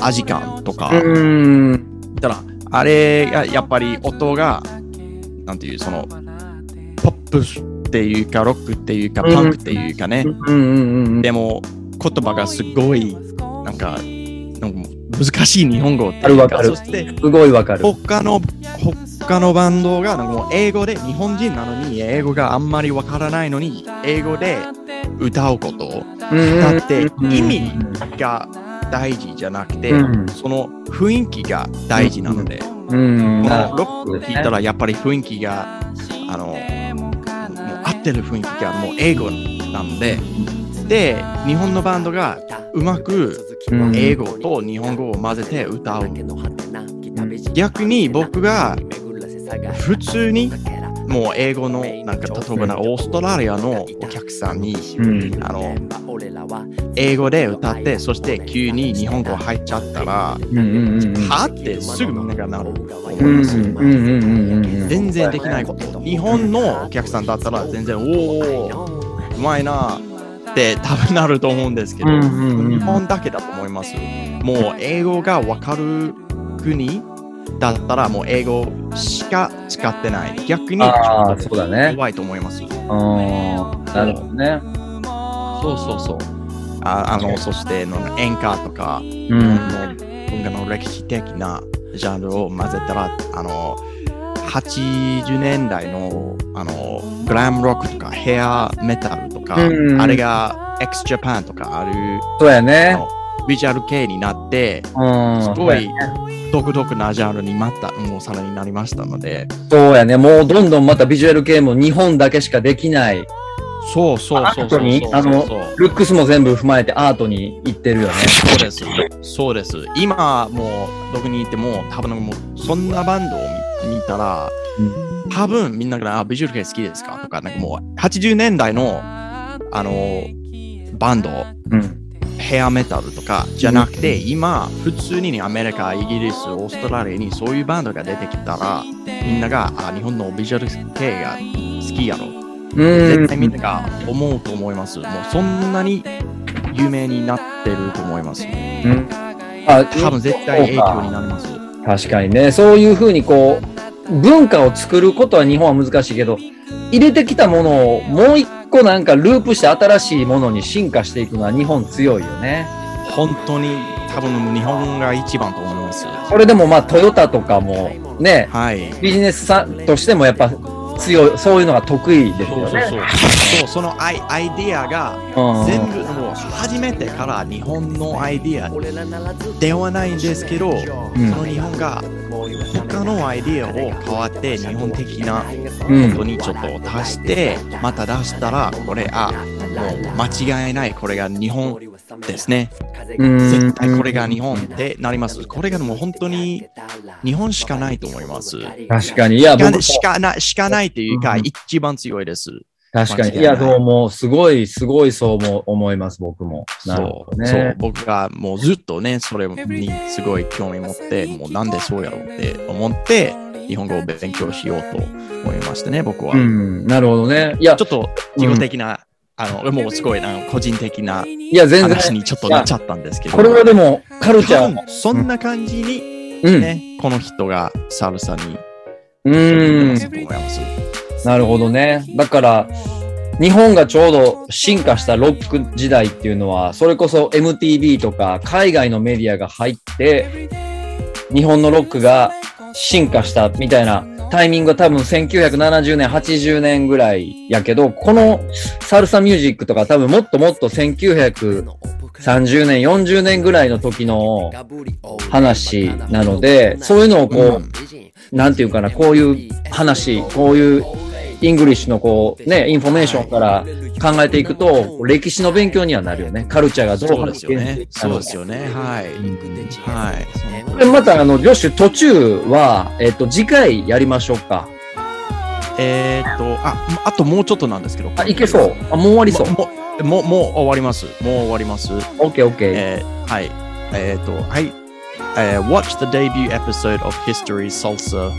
[SPEAKER 1] アジカンとか、
[SPEAKER 2] うん
[SPEAKER 1] 見たらあれがやっぱり音がなんていうそのポップっていうかロックっていうか
[SPEAKER 2] うん
[SPEAKER 1] パンクっていうかね、
[SPEAKER 2] うんうんうん
[SPEAKER 1] でも言葉がすごいなんかなんか難しい日本語って
[SPEAKER 2] あ
[SPEAKER 1] い
[SPEAKER 2] る
[SPEAKER 1] う
[SPEAKER 2] わ
[SPEAKER 1] か
[SPEAKER 2] かる
[SPEAKER 1] そして
[SPEAKER 2] すごいわかる。
[SPEAKER 1] 他の他のバンドがなんかもう英語で日本人なのに英語があんまりわからないのに英語で歌うことだって意味が大事じゃなくて、
[SPEAKER 2] うん
[SPEAKER 1] その雰囲気が大事なので、
[SPEAKER 2] うん、
[SPEAKER 1] こ
[SPEAKER 2] な
[SPEAKER 1] のロックを聴いたらやっぱり雰囲気があのもう合ってる雰囲気がもう英語なんでで日本のバンドがうまく
[SPEAKER 2] うん
[SPEAKER 1] 英語と日本語を混ぜて歌う逆
[SPEAKER 4] 逆
[SPEAKER 1] に
[SPEAKER 4] に
[SPEAKER 1] 僕
[SPEAKER 4] 僕
[SPEAKER 1] が
[SPEAKER 4] が
[SPEAKER 1] 普
[SPEAKER 4] 普
[SPEAKER 1] 通
[SPEAKER 4] 通
[SPEAKER 1] に
[SPEAKER 4] に
[SPEAKER 1] も
[SPEAKER 4] も
[SPEAKER 1] う
[SPEAKER 4] う
[SPEAKER 1] 英
[SPEAKER 4] 英
[SPEAKER 1] 語
[SPEAKER 4] 語
[SPEAKER 1] の
[SPEAKER 4] の
[SPEAKER 1] な
[SPEAKER 4] なんん
[SPEAKER 1] か
[SPEAKER 4] か
[SPEAKER 1] 例えば
[SPEAKER 4] 例えば
[SPEAKER 1] なか
[SPEAKER 4] なんんか
[SPEAKER 1] オ
[SPEAKER 4] オ
[SPEAKER 1] ー
[SPEAKER 4] ー
[SPEAKER 1] ス
[SPEAKER 4] ス
[SPEAKER 1] ト
[SPEAKER 4] ト
[SPEAKER 1] ラ
[SPEAKER 4] ラ
[SPEAKER 1] リ
[SPEAKER 4] リ
[SPEAKER 1] ア
[SPEAKER 4] ア
[SPEAKER 1] の
[SPEAKER 4] の
[SPEAKER 1] お
[SPEAKER 4] お
[SPEAKER 1] 客
[SPEAKER 4] 客
[SPEAKER 1] さ
[SPEAKER 4] さ
[SPEAKER 1] ん
[SPEAKER 4] ん
[SPEAKER 1] に
[SPEAKER 4] に
[SPEAKER 2] うん
[SPEAKER 4] あ
[SPEAKER 1] あの
[SPEAKER 4] の
[SPEAKER 1] 英語で歌ってそして急に日本語入っちゃったら
[SPEAKER 2] うんうんうんうん
[SPEAKER 1] はってすぐみんながなる
[SPEAKER 2] うんうんうんうんうん
[SPEAKER 1] 全然できないこと日本のお客さんだったら全然おおうまいなって多分なると思うんですけど、
[SPEAKER 2] うんうんうん
[SPEAKER 1] 日本だけだと思いますもう英語がわかる国だったらもう英語しか使ってない逆に
[SPEAKER 2] ああ、そうだね。
[SPEAKER 1] 怖いと思いますそう
[SPEAKER 2] うん。なるほどね。
[SPEAKER 1] そうそうああのそしての演歌とか
[SPEAKER 2] う
[SPEAKER 1] 日本
[SPEAKER 2] ん。
[SPEAKER 1] の文化の歴史的なジャンルを混ぜたらあの80年代のあのグラムロックとかヘアメタルとか、
[SPEAKER 2] うん
[SPEAKER 1] あれが x ジャパンとかある
[SPEAKER 2] そうやね。
[SPEAKER 1] ビジュアル系になって
[SPEAKER 2] うん。
[SPEAKER 1] すごい独特なジャンルにまたもうさらになりましたので
[SPEAKER 2] そうやね。もうどんどんまたビジュアル系も日本だけしかできない。
[SPEAKER 1] そうそうそうそうそうそう
[SPEAKER 2] あの
[SPEAKER 1] そう
[SPEAKER 2] ルックスも全部踏まえてアートに行ってるよね。
[SPEAKER 1] ですそうです今もうどこにいても多分もうそんなバンドを見見たら多分みんながあビジュアル系好きですかとか、なんかもう80年代のあのバンド、
[SPEAKER 2] うん。
[SPEAKER 1] ヘアメタルとかじゃなくて、今、普通にアメリカ、イギリス、オーストラリアにそういうバンドが出てきたら、みんながあ日本のビジュアル系が好きやろ。
[SPEAKER 2] う
[SPEAKER 1] 絶
[SPEAKER 2] ん
[SPEAKER 1] 対みんなが思うと思います。もうそんなに有名になってると思います。
[SPEAKER 2] うん。あ、
[SPEAKER 1] 多分絶対影響になります。
[SPEAKER 2] 確かにね、そういうふうにこう、文化を作ることは日本は難しいけど、入れてきたものをもう一個なんかループして新しいものに進化していくのは日本強いよね。
[SPEAKER 1] 本当に多分日本が一番と思います。
[SPEAKER 2] これでもまあトヨタとかもね、
[SPEAKER 1] はい。
[SPEAKER 2] ビジネスさんとしてもやっぱ強い、そういうのが得意です
[SPEAKER 1] そう
[SPEAKER 2] よ
[SPEAKER 1] そう
[SPEAKER 2] ね。
[SPEAKER 1] そう。そう、そのアイアイディアが
[SPEAKER 2] うん
[SPEAKER 1] 全部もう初めてから日本のアイディアではないんですけど、
[SPEAKER 2] ん
[SPEAKER 1] その日本が他のアイディアを変わって日本的な
[SPEAKER 2] うん
[SPEAKER 1] ことにちょっと足して、また出したら、これ、あ、もう間違いない、これが日本ですね。
[SPEAKER 2] うん
[SPEAKER 1] 絶対これが日本ってなります。これがもう本当に日本しかないと思います。
[SPEAKER 2] 確かに。いや、
[SPEAKER 1] しか
[SPEAKER 2] 僕も
[SPEAKER 1] なしかない、しかないというか、
[SPEAKER 2] うん
[SPEAKER 1] 一番強いです。
[SPEAKER 2] 確
[SPEAKER 1] 間
[SPEAKER 2] か
[SPEAKER 1] 違いな
[SPEAKER 2] に。
[SPEAKER 1] い
[SPEAKER 2] いや、どうも、すごい、すごいそうも思います、僕も。なるほ
[SPEAKER 1] そ
[SPEAKER 2] ど
[SPEAKER 1] う、そう
[SPEAKER 2] ね。、
[SPEAKER 1] 僕がもうずっとね、それにすごい興味持って、もうなんでそうやろうって思って、日本語を勉強しようと思いましたね、僕は。
[SPEAKER 2] うん、なるほどね。いや
[SPEAKER 1] ち、ょっと、自己的な、あの、もうすごいな、個人的ない
[SPEAKER 2] や、全然。
[SPEAKER 1] 話にちょっとなっちゃったんですけど、
[SPEAKER 2] これはでも、カルチャーも
[SPEAKER 1] 多分そんな感じに
[SPEAKER 2] うん。
[SPEAKER 1] ね、この人がサルサに、う
[SPEAKER 2] う
[SPEAKER 1] ん、
[SPEAKER 2] ーん。
[SPEAKER 1] と思います。
[SPEAKER 2] なるほどね。だから、日本がちょうど進化したロック時代っていうのは、それこそ MTV とか海外のメディアが入って、日本のロックが進化したみたいな、タイミングは多分1970年、80年ぐらいやけど、このサルサミュージックとか多分もっともっと1930
[SPEAKER 4] 30
[SPEAKER 2] 年、40年ぐらいの時の話なので、そういうのをこう、なんていうかな、こういう話、こういうイングリッシュのこう、ね、インフォメーションから考えていくと、歴史の勉強にはなるよね。カルチャーがどう
[SPEAKER 1] そうですよ
[SPEAKER 2] 発
[SPEAKER 1] ね
[SPEAKER 2] 展。してい
[SPEAKER 1] そう
[SPEAKER 2] の
[SPEAKER 1] で
[SPEAKER 2] か
[SPEAKER 1] すよね。はい。はい。
[SPEAKER 2] でまた、あの、ジョッシュ途中は、えっと、次回やりましょうか。
[SPEAKER 1] えーっと、あ、あともうちょっとなんですけど。
[SPEAKER 2] あ、いけそう。あ、もう終わりそう。
[SPEAKER 1] もう、もう、もう終わります。もう終わります。
[SPEAKER 2] オッケーオッケー。
[SPEAKER 1] えーはい。えーっと、はい。えー watch the debut episode of History Salsa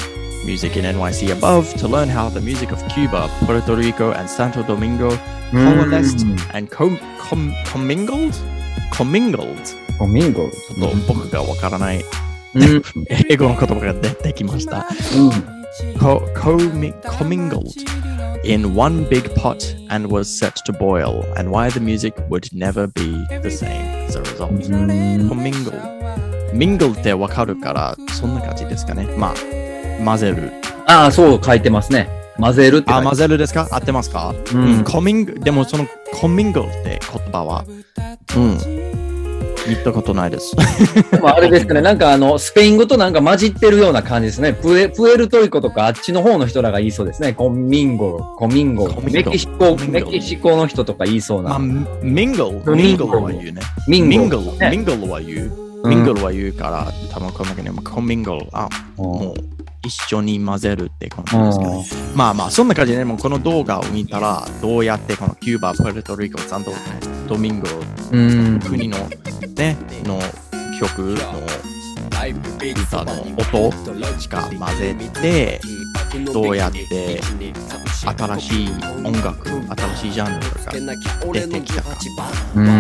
[SPEAKER 1] Music in NYC above to learn how the music of Cuba, Puerto Rico, and Santo Domingo
[SPEAKER 2] う
[SPEAKER 1] coalesced
[SPEAKER 2] ん
[SPEAKER 1] and com com commingled commingled
[SPEAKER 2] おミンゴ。
[SPEAKER 1] ちょっと僕がわからない
[SPEAKER 2] うん。うん。
[SPEAKER 1] 英語の言葉が出てきました。Co commi- commingled in one big pot and was set to boil, and why the music would never be the same as a result.
[SPEAKER 2] うん。
[SPEAKER 1] commingle。mingle ってわかるから、そんな感じですかね。まあ、混ぜる。
[SPEAKER 2] ああ、そう書いてますね。混ぜるって書
[SPEAKER 1] あ、
[SPEAKER 2] いて
[SPEAKER 1] 混ぜるですか合ってますか
[SPEAKER 2] う
[SPEAKER 1] うんん。comming、でもその commingle って言葉は、うん。言ったことない です。
[SPEAKER 2] でもあ れですかね、なんかあの、スペイン語となんか混じってるような感じですね。プエプエルトリコとかあっちの方の人らが言いそうですね。コンミンゴ、コミンゴ。
[SPEAKER 1] コミン
[SPEAKER 2] メ
[SPEAKER 1] ゴ
[SPEAKER 2] キシコ、
[SPEAKER 1] コミン
[SPEAKER 2] メ
[SPEAKER 1] ゴ
[SPEAKER 2] キシコの人とか言いそう
[SPEAKER 1] まあ、
[SPEAKER 2] な。
[SPEAKER 1] mingle、
[SPEAKER 2] mingle
[SPEAKER 1] mingle は言うね。
[SPEAKER 2] ミンゴ。
[SPEAKER 1] mingle、
[SPEAKER 2] ね
[SPEAKER 1] mingle は言う。
[SPEAKER 2] うん
[SPEAKER 1] mingle は言うから、多分この中にも commingle、あ、
[SPEAKER 2] うん
[SPEAKER 1] もう一緒に混ぜるって感じですかね。まあまあ、そんな感じで、ね、もうこの動画を見たら、どうやってこのキューバ、プエルトリコ、サンドドミンゴ、
[SPEAKER 2] うん。
[SPEAKER 1] 国のね、の曲の歌の音しか混ぜて、どうやって新しい音楽、新しいジャンルとか出てきたか。
[SPEAKER 2] うん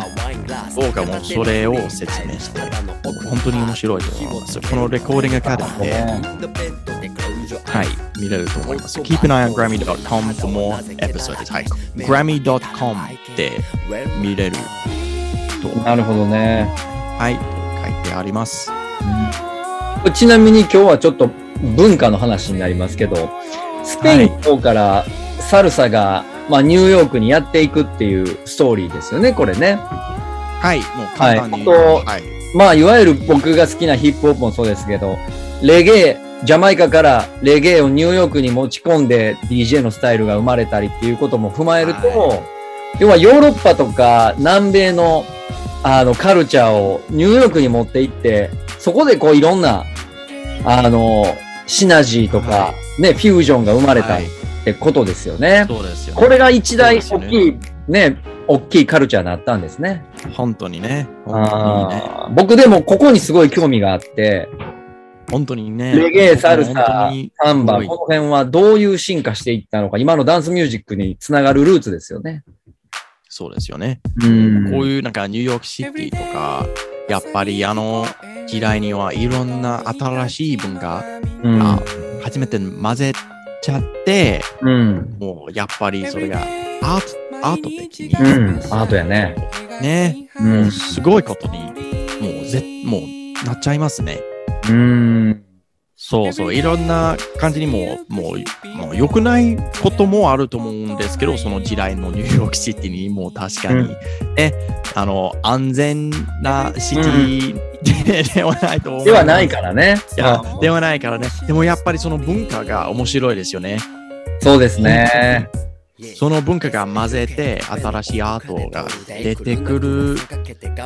[SPEAKER 1] 動画もそれを説明して、僕本当に面白いと思います。このレコーディングアカデミーで、はい、見れると思います。Keep an eye on Grammy.com for more episodes. はい、Grammy.com で見れると、は
[SPEAKER 2] なるほどね。
[SPEAKER 1] い、書いてあります。
[SPEAKER 2] ちなみに今日はちょっと文化の話になりますけど、スペインの方からサルサが、まあ、ニューヨークにやっていくっていうストーリーですよね、これね。
[SPEAKER 1] はい、もう簡単に言う
[SPEAKER 2] はいあと
[SPEAKER 1] はい、
[SPEAKER 2] まあ、いわゆる僕が好きなヒップホップもそうですけど、レゲエ、ジャマイカからレゲエをニューヨークに持ち込んで DJ のスタイルが生まれたりっていうことも踏まえると、
[SPEAKER 1] は
[SPEAKER 2] 要はヨーロッパとか南米のあのカルチャーをニューヨークに持っていって、そこでこういろんな、あの、シナジーとか、
[SPEAKER 1] は
[SPEAKER 2] ね、フュージョンが生まれた
[SPEAKER 1] は
[SPEAKER 2] っ
[SPEAKER 1] い、
[SPEAKER 2] てことですよね。
[SPEAKER 1] そうですよ、
[SPEAKER 2] これが一大
[SPEAKER 1] そうで
[SPEAKER 2] 大
[SPEAKER 1] す
[SPEAKER 2] き
[SPEAKER 1] よ
[SPEAKER 2] い、ね、大きいカルチャーになったんですね。
[SPEAKER 1] 本当にね、本当にね、
[SPEAKER 2] あー僕でもここにすごい興味があって、
[SPEAKER 1] 本当にね、
[SPEAKER 2] レゲエ、サル
[SPEAKER 1] 本
[SPEAKER 2] サ
[SPEAKER 1] 当に、
[SPEAKER 2] サンバ、こ
[SPEAKER 1] すごい
[SPEAKER 2] の辺はどういう進化していったのか、今のダンスミュージックにつながるルーツですよね。
[SPEAKER 1] そうですよね。
[SPEAKER 2] う
[SPEAKER 1] こう
[SPEAKER 2] いう
[SPEAKER 1] いうなんかニューヨークシティとか、やっぱりあの時代にはいろんな新しい文化
[SPEAKER 2] うん、
[SPEAKER 1] が初めて混ぜちゃって、
[SPEAKER 2] うん、
[SPEAKER 1] もうやっぱりそれがアート、アート的に、
[SPEAKER 2] うん、アートやね。
[SPEAKER 1] ね、
[SPEAKER 2] うん、
[SPEAKER 1] すごいことに、もうぜ、もうなっちゃいますね。
[SPEAKER 2] うん、
[SPEAKER 1] そうそう、いろんな感じにもう、もう、もう良くないこともあると思うんですけど、その時代のニューヨークシティにもう確かに、
[SPEAKER 2] うん
[SPEAKER 1] ね、あの、安全なシティで,、ではないと思う。
[SPEAKER 2] ではないからね。
[SPEAKER 1] いや、ではないからね。でもやっぱりその文化が面白いですよね。
[SPEAKER 2] そうですね。
[SPEAKER 1] その文化が混ぜて新しいアートが出てくる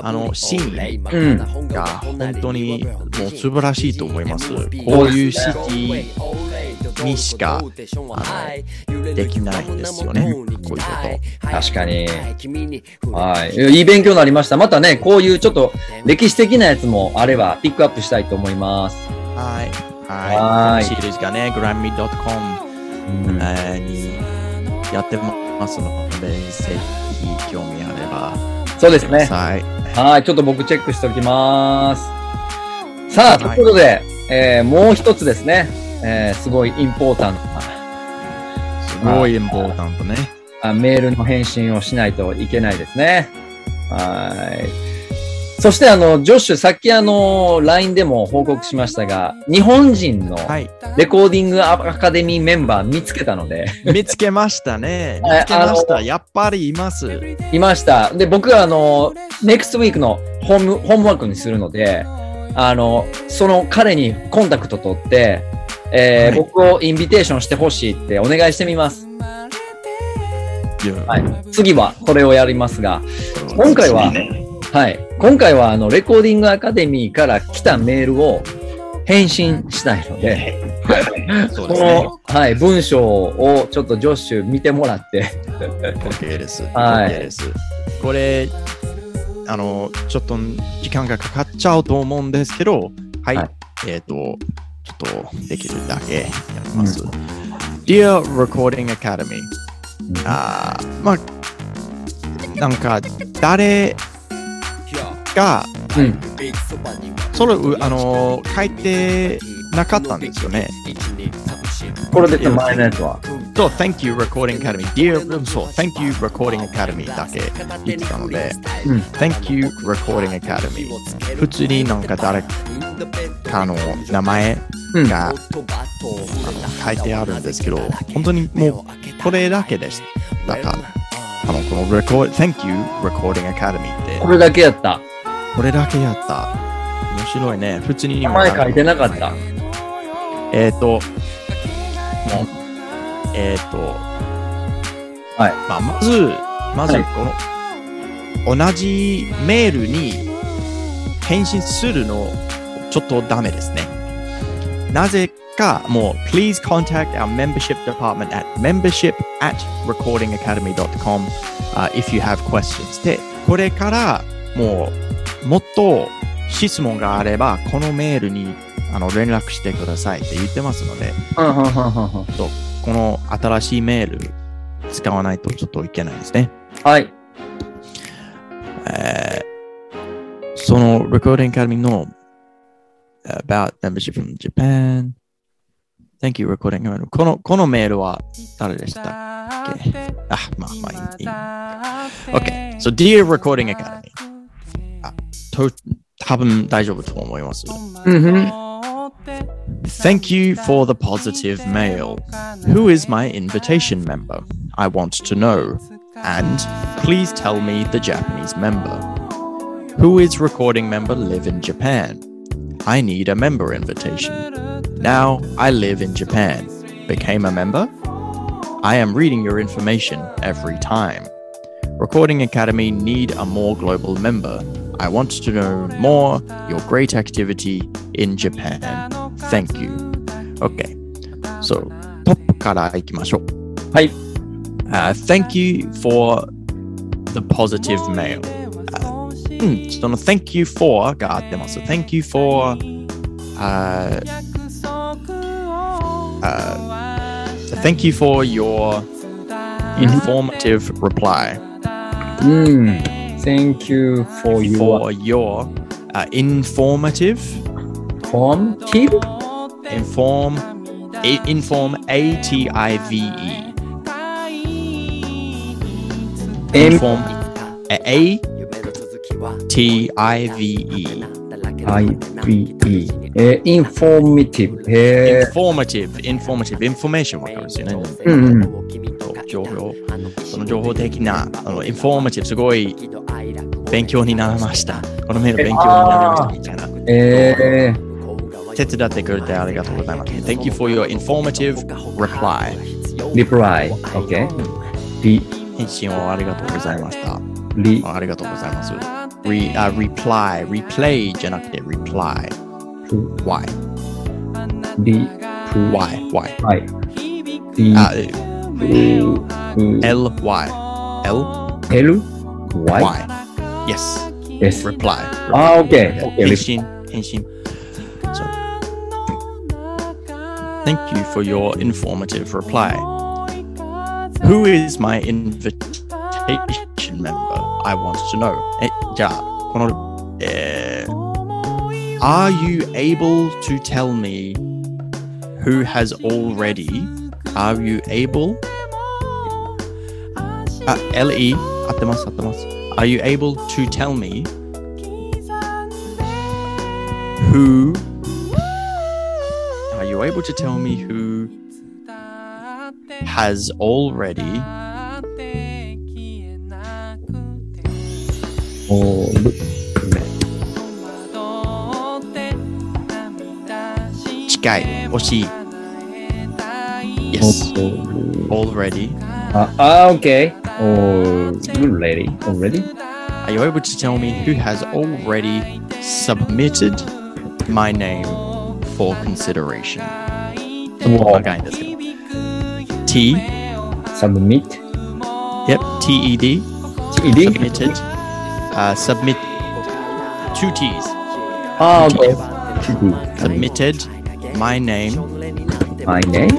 [SPEAKER 1] あのシー
[SPEAKER 2] ン
[SPEAKER 4] ン
[SPEAKER 1] が本当にもう素晴らしいと思います。こういうシティ
[SPEAKER 4] ィ
[SPEAKER 1] にしかあ
[SPEAKER 4] の
[SPEAKER 1] できないんですよねこういうこと
[SPEAKER 2] 確かに
[SPEAKER 4] に
[SPEAKER 2] はい。いい勉強になりました。またね、こういうちょっと歴史的なやつもあれば、ピックアップしたいと思います。
[SPEAKER 1] はい。
[SPEAKER 2] は
[SPEAKER 1] はいい。シリーズがね、grammy.com
[SPEAKER 2] うん
[SPEAKER 1] えーにやってますので、ぜひ興味あれば、
[SPEAKER 2] そうです
[SPEAKER 1] くだ
[SPEAKER 2] ね。
[SPEAKER 1] さい。
[SPEAKER 2] はい、ちょっと僕チェックしておきます。さあ、ということで、えーもう一つですね、えーすごいインポータント
[SPEAKER 1] すごいインポータントね。
[SPEAKER 2] なあメールの返信をしないといけないですね。はーい。そしてあの、ジョッシュ、さっきあの、LINE でも報告しましたが、日本人の
[SPEAKER 1] はい。
[SPEAKER 2] レコーディングアカデミーメンバー見つけたので、
[SPEAKER 1] 見つけました ね。見
[SPEAKER 2] はい
[SPEAKER 1] つけまし
[SPEAKER 2] あ
[SPEAKER 1] た。やっぱりいます。
[SPEAKER 2] いました。で、僕はあの、ネクストウィークのホーム、ホームワークにするので、あの、その彼にコンタクト取って、えー
[SPEAKER 1] はい
[SPEAKER 2] 僕をインビテーションしてほしいってお願いしてみます。はい次はそれをやりますが、今回は、はい。今回は、あの、レコーディングアカデミーから来たメールを返信したいので、
[SPEAKER 1] そう
[SPEAKER 2] こ
[SPEAKER 1] ですね。
[SPEAKER 2] の、はい、文章をちょっとジョッシュ見てもらって、
[SPEAKER 1] OK です。
[SPEAKER 2] はい
[SPEAKER 1] OK です。これ、あの、ちょっと時間がかかっちゃうと思うんですけど、はい。
[SPEAKER 2] はい
[SPEAKER 1] えっ、と、ちょっとできるだけやります。Dear Recording Academy、あーまあ、なんか、誰が、
[SPEAKER 2] うん。
[SPEAKER 1] それ、うあの、書いてなかったんですよね。
[SPEAKER 2] これでちょっと前のやつは。
[SPEAKER 1] そう、Thank you Recording Academy。Dear、そう、Thank you Recording Academy だけ言ってたので、
[SPEAKER 2] うん
[SPEAKER 1] Thank you Recording Academy。普通になんか誰かの名前
[SPEAKER 2] うん。
[SPEAKER 1] があの書いてあるんですけど、本当にもうこれだけでしたから、あのこの record, Thank you Recording Academy って
[SPEAKER 2] これだけやった。
[SPEAKER 1] これだけやった。面白いね。普通に
[SPEAKER 2] 名前書いてなかった。
[SPEAKER 1] えっ、と、もう、えっ、と、
[SPEAKER 2] はい
[SPEAKER 1] まあ、まず、まず、
[SPEAKER 2] はい
[SPEAKER 1] この、同じメールに返信するの、ちょっとダメですね。なぜか、もう、please contact our membership department at membership at recordingacademy.com、uh, if you have questions. で、これから、もう、もっと質問があれば、このメールにあの連絡してくださいって言ってますので、
[SPEAKER 2] うん、うん、うん、うん。
[SPEAKER 1] この新しいメール使わないとちょっといけないですね。
[SPEAKER 2] はい。
[SPEAKER 1] えーその Recording Academy の About Membership from Japan Thank you Recording Academy このこのメールは誰でしたっけあ、まあまあいいいい。OK。So Dear Recording Academy あと多分大丈夫と思います。
[SPEAKER 2] うん、うん。
[SPEAKER 1] Thank you for the positive mail. Who is my invitation member? I want to know. And please tell me the Japanese member. Who is recording member live in Japan? I need a member invitation. Now I live in Japan. Became a member? I am reading your information every time. Recording Academy need a more global member. I want to know more your great activity in Japan. Thank you. Okay. So, トップからいきましょう。
[SPEAKER 2] はい。
[SPEAKER 1] Uh, thank you for the positive mail. Uh, うん、その Thank you for が合ってます。Thank you for、uh, uh, Thank you for your
[SPEAKER 2] Mm-hmm.
[SPEAKER 1] informative reply.
[SPEAKER 2] うん。Thank you for your
[SPEAKER 1] For your uh, informative
[SPEAKER 2] form tip?
[SPEAKER 1] inform a, inform A T I V E inform A T I V E
[SPEAKER 2] IPE。えー、informative。へー
[SPEAKER 1] informative informative information わかるんですよね。
[SPEAKER 2] うんうん。
[SPEAKER 1] 情報その情報的なあの informative すごい勉強になりました。このメール勉強になりましたみたいな。
[SPEAKER 2] えー、
[SPEAKER 1] 手伝ってくれてありがとうございます。Thank you for your informative reply.
[SPEAKER 2] reply。OK。リ、
[SPEAKER 1] 返信をありがとうございました。
[SPEAKER 2] リ、
[SPEAKER 1] ありがとうございます。Re あ reply、replay じゃなくて reply。
[SPEAKER 2] プ、
[SPEAKER 1] Why?
[SPEAKER 2] リ、プ、
[SPEAKER 1] Why? Why?
[SPEAKER 2] はい。リ、
[SPEAKER 1] あ、
[SPEAKER 2] プ、
[SPEAKER 1] L, Y. L,
[SPEAKER 2] L、Y
[SPEAKER 1] Y. Yes.
[SPEAKER 2] です。
[SPEAKER 1] Reply.
[SPEAKER 2] あー、OK。Ah,
[SPEAKER 1] 返
[SPEAKER 2] OK。
[SPEAKER 1] 信、返信。So, thank you for your informative reply. Who is my invitation member? I want to know. Eh, え、じゃあ、この、えー、Are you able to tell me who has already? Are you able? ah, E, あ、LE? 合ってます、合ってます。Are you able to tell me who? Are you able to tell me who has already
[SPEAKER 2] おーぶ
[SPEAKER 1] chikai oshi? Yes, already.
[SPEAKER 2] あ、あー、OK。おー、ready? already?
[SPEAKER 1] Are you able to tell me who has already submitted my name for consideration?
[SPEAKER 2] Oh,
[SPEAKER 1] ちょっと細かいんですけど。T,
[SPEAKER 2] submit?
[SPEAKER 1] yep, T E D,
[SPEAKER 2] TED?
[SPEAKER 1] submitted. Uh, submit, two T's.
[SPEAKER 2] あー、OK。Ah,
[SPEAKER 1] Submitted my name
[SPEAKER 2] My name?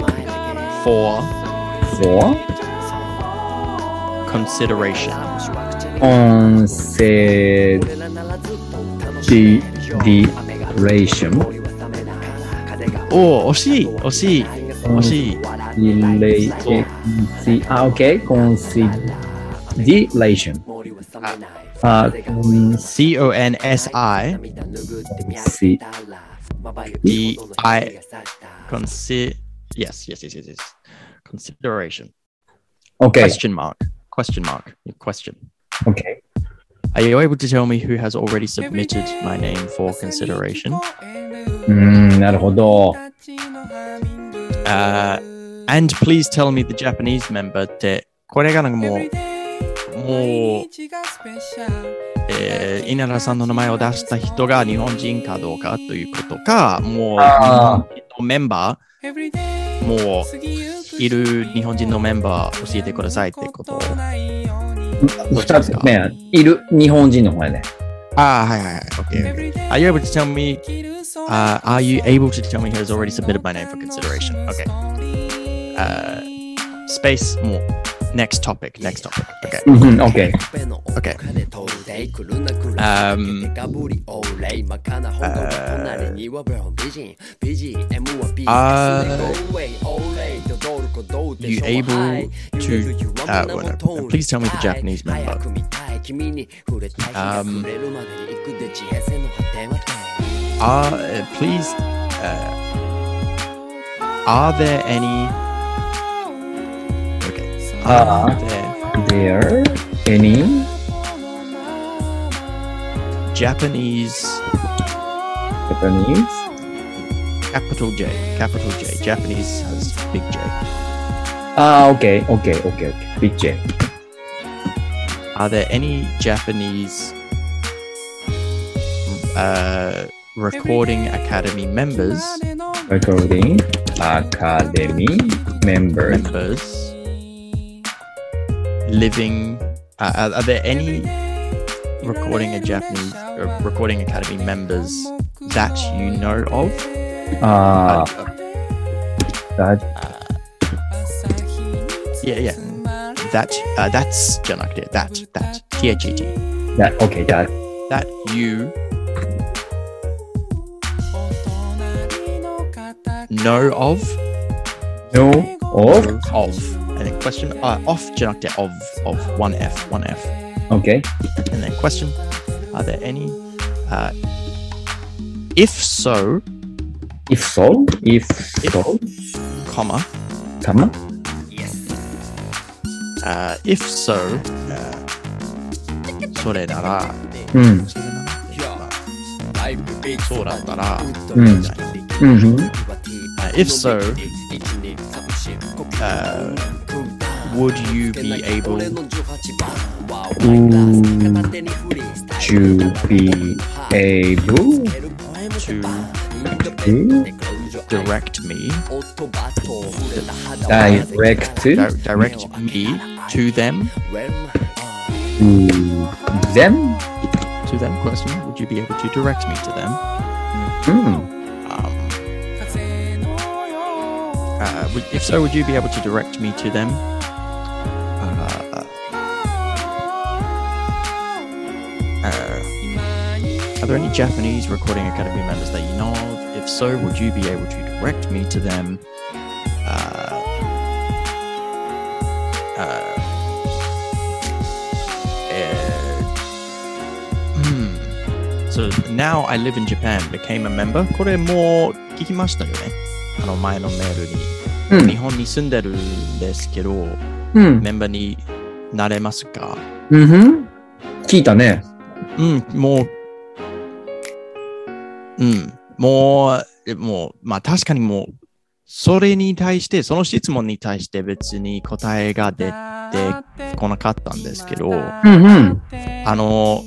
[SPEAKER 1] for
[SPEAKER 2] for?
[SPEAKER 1] consideration.
[SPEAKER 2] on said the duration
[SPEAKER 1] Oh, 惜しい、惜しい、惜しい。
[SPEAKER 2] relation ah okay consideration ah
[SPEAKER 1] C O N S I
[SPEAKER 2] see
[SPEAKER 1] D I consi yes yes yes yes yes consideration
[SPEAKER 2] okay
[SPEAKER 1] question mark question mark question.
[SPEAKER 2] okay
[SPEAKER 1] Are you able to tell me who has already submitted my name for consideration?
[SPEAKER 2] うーんなるほど
[SPEAKER 1] Uh, and please tell me the Japanese member. ってこれがなんかもうもう、えー、稲田さんの名前を出した人以外の eh, が日本人かどうかということか、もう
[SPEAKER 2] あ
[SPEAKER 1] 日本人のメンバー、もういる日本人のメンバー教えてくださいってこと。
[SPEAKER 2] 二つ目いる日本人の方やね
[SPEAKER 1] ああ、はいはいはい。Okay, okay. Are you able to tell me, uh, are you able to tell me who has already submitted my name for consideration? Okay. Uh, space more. Next topic, next topic. Okay.
[SPEAKER 2] うん
[SPEAKER 4] Mm-hmm.
[SPEAKER 2] うん OK
[SPEAKER 1] Okay. Um,
[SPEAKER 4] Um,
[SPEAKER 1] uh,
[SPEAKER 4] you able to uh, well, no. please tell me the Japanese member. Um,
[SPEAKER 1] Are, uh, please, uh, are there any. Okay. Are
[SPEAKER 2] Are-
[SPEAKER 1] there
[SPEAKER 2] there any
[SPEAKER 1] Japanese,
[SPEAKER 2] Japanese
[SPEAKER 1] capital J, capital J, Japanese has big J.
[SPEAKER 2] ああ OK OK OK OK ピッチェ
[SPEAKER 1] Are there any Japanese uh, Recording Academy members
[SPEAKER 2] Recording Academy members.
[SPEAKER 1] members living? Uh, are, are there any Recording a Japanese uh, Recording Academy members that you know of? Uh,
[SPEAKER 2] Ah, that
[SPEAKER 1] yeah, yeah. That uh, that's じゃなくて that that T H E T
[SPEAKER 2] that okay. That
[SPEAKER 1] that you know of
[SPEAKER 2] no of
[SPEAKER 1] of and then question uh, off じゃなくて of of one F one F
[SPEAKER 2] okay.
[SPEAKER 1] And then question: Are there any? Uh, if so,
[SPEAKER 2] If so, if
[SPEAKER 1] If-
[SPEAKER 2] so,
[SPEAKER 1] comma.
[SPEAKER 2] come
[SPEAKER 1] Uh, if so, uh, それなら、
[SPEAKER 2] うん
[SPEAKER 1] それなら
[SPEAKER 4] そうだったら、
[SPEAKER 2] うん
[SPEAKER 4] みたいな
[SPEAKER 2] うんうん
[SPEAKER 4] Uh, if so,
[SPEAKER 1] Uh,
[SPEAKER 4] would you be able
[SPEAKER 2] you be able
[SPEAKER 4] to
[SPEAKER 1] direct
[SPEAKER 4] direct
[SPEAKER 1] me,
[SPEAKER 2] direct
[SPEAKER 1] di- direct me to them.
[SPEAKER 2] to them.
[SPEAKER 1] To them, question: Would you be able to direct me to them?
[SPEAKER 2] Hmm.
[SPEAKER 1] Um, uh, would, if so, would you be able to direct me to them? Uh, uh, are there any Japanese Recording Academy members that you know of? If so, would you be able to direct me to them? Uh, uh, uh, hmm. So now I live in Japan became a member これもう聞きましたよねあの前のメールに、
[SPEAKER 2] う
[SPEAKER 1] 日
[SPEAKER 2] ん。
[SPEAKER 1] 本に住んでるんですけど
[SPEAKER 2] うん。
[SPEAKER 1] メンバーになれますか
[SPEAKER 2] うんふん。聞いたね。
[SPEAKER 1] うんもううんもうえもうまあ確かにもうそれに対してその質問に対して別に答えが出てこなかったんですけど
[SPEAKER 2] うんうん。
[SPEAKER 1] あの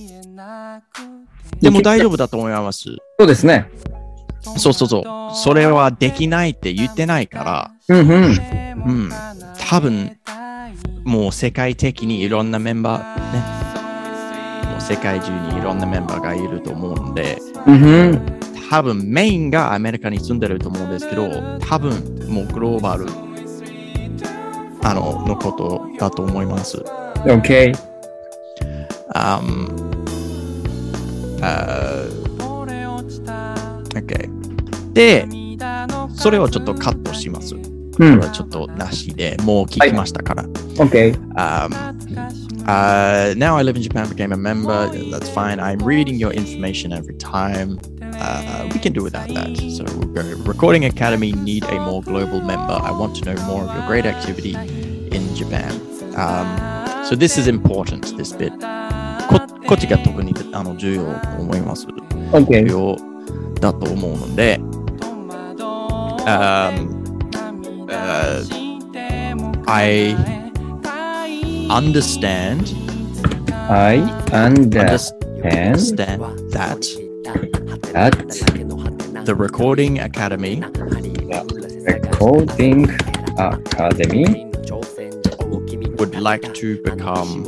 [SPEAKER 1] でも大丈夫だと思います
[SPEAKER 2] そうですね。
[SPEAKER 1] そうそうそう。それはできないって言ってないか
[SPEAKER 2] うんうん。
[SPEAKER 1] ら、うん。多分、もう世界的にいろんなメンバーね。もう世界中にいろんなメンバーがいると思うんで、
[SPEAKER 2] うんふん。
[SPEAKER 1] 多分メインがアメリカに住んでると思うんですけど、多分もうグローバル、あの、のことだと思います。
[SPEAKER 2] OK。
[SPEAKER 1] Um, uh, okay. で、それをちょっとカットします。
[SPEAKER 2] うん。
[SPEAKER 1] はちょっとなしで、もう聞きましたから。
[SPEAKER 2] OK。
[SPEAKER 1] Um, uh, now I live in Japan, became a member. That's fine. I'm reading your information every time. Uh, we can do without that. So we'll go. Recording Academy need a more global member. I want to know more of your great activity in Japan. Um, so this is important, this bit. ここっちが特にあの重要と思います。重
[SPEAKER 2] OK。
[SPEAKER 1] 要だと思うので、um, uh, I understand,
[SPEAKER 2] はい。Understand
[SPEAKER 1] understand that
[SPEAKER 2] that
[SPEAKER 1] the Recording Academy
[SPEAKER 2] Recording uh, Academy
[SPEAKER 1] would like to become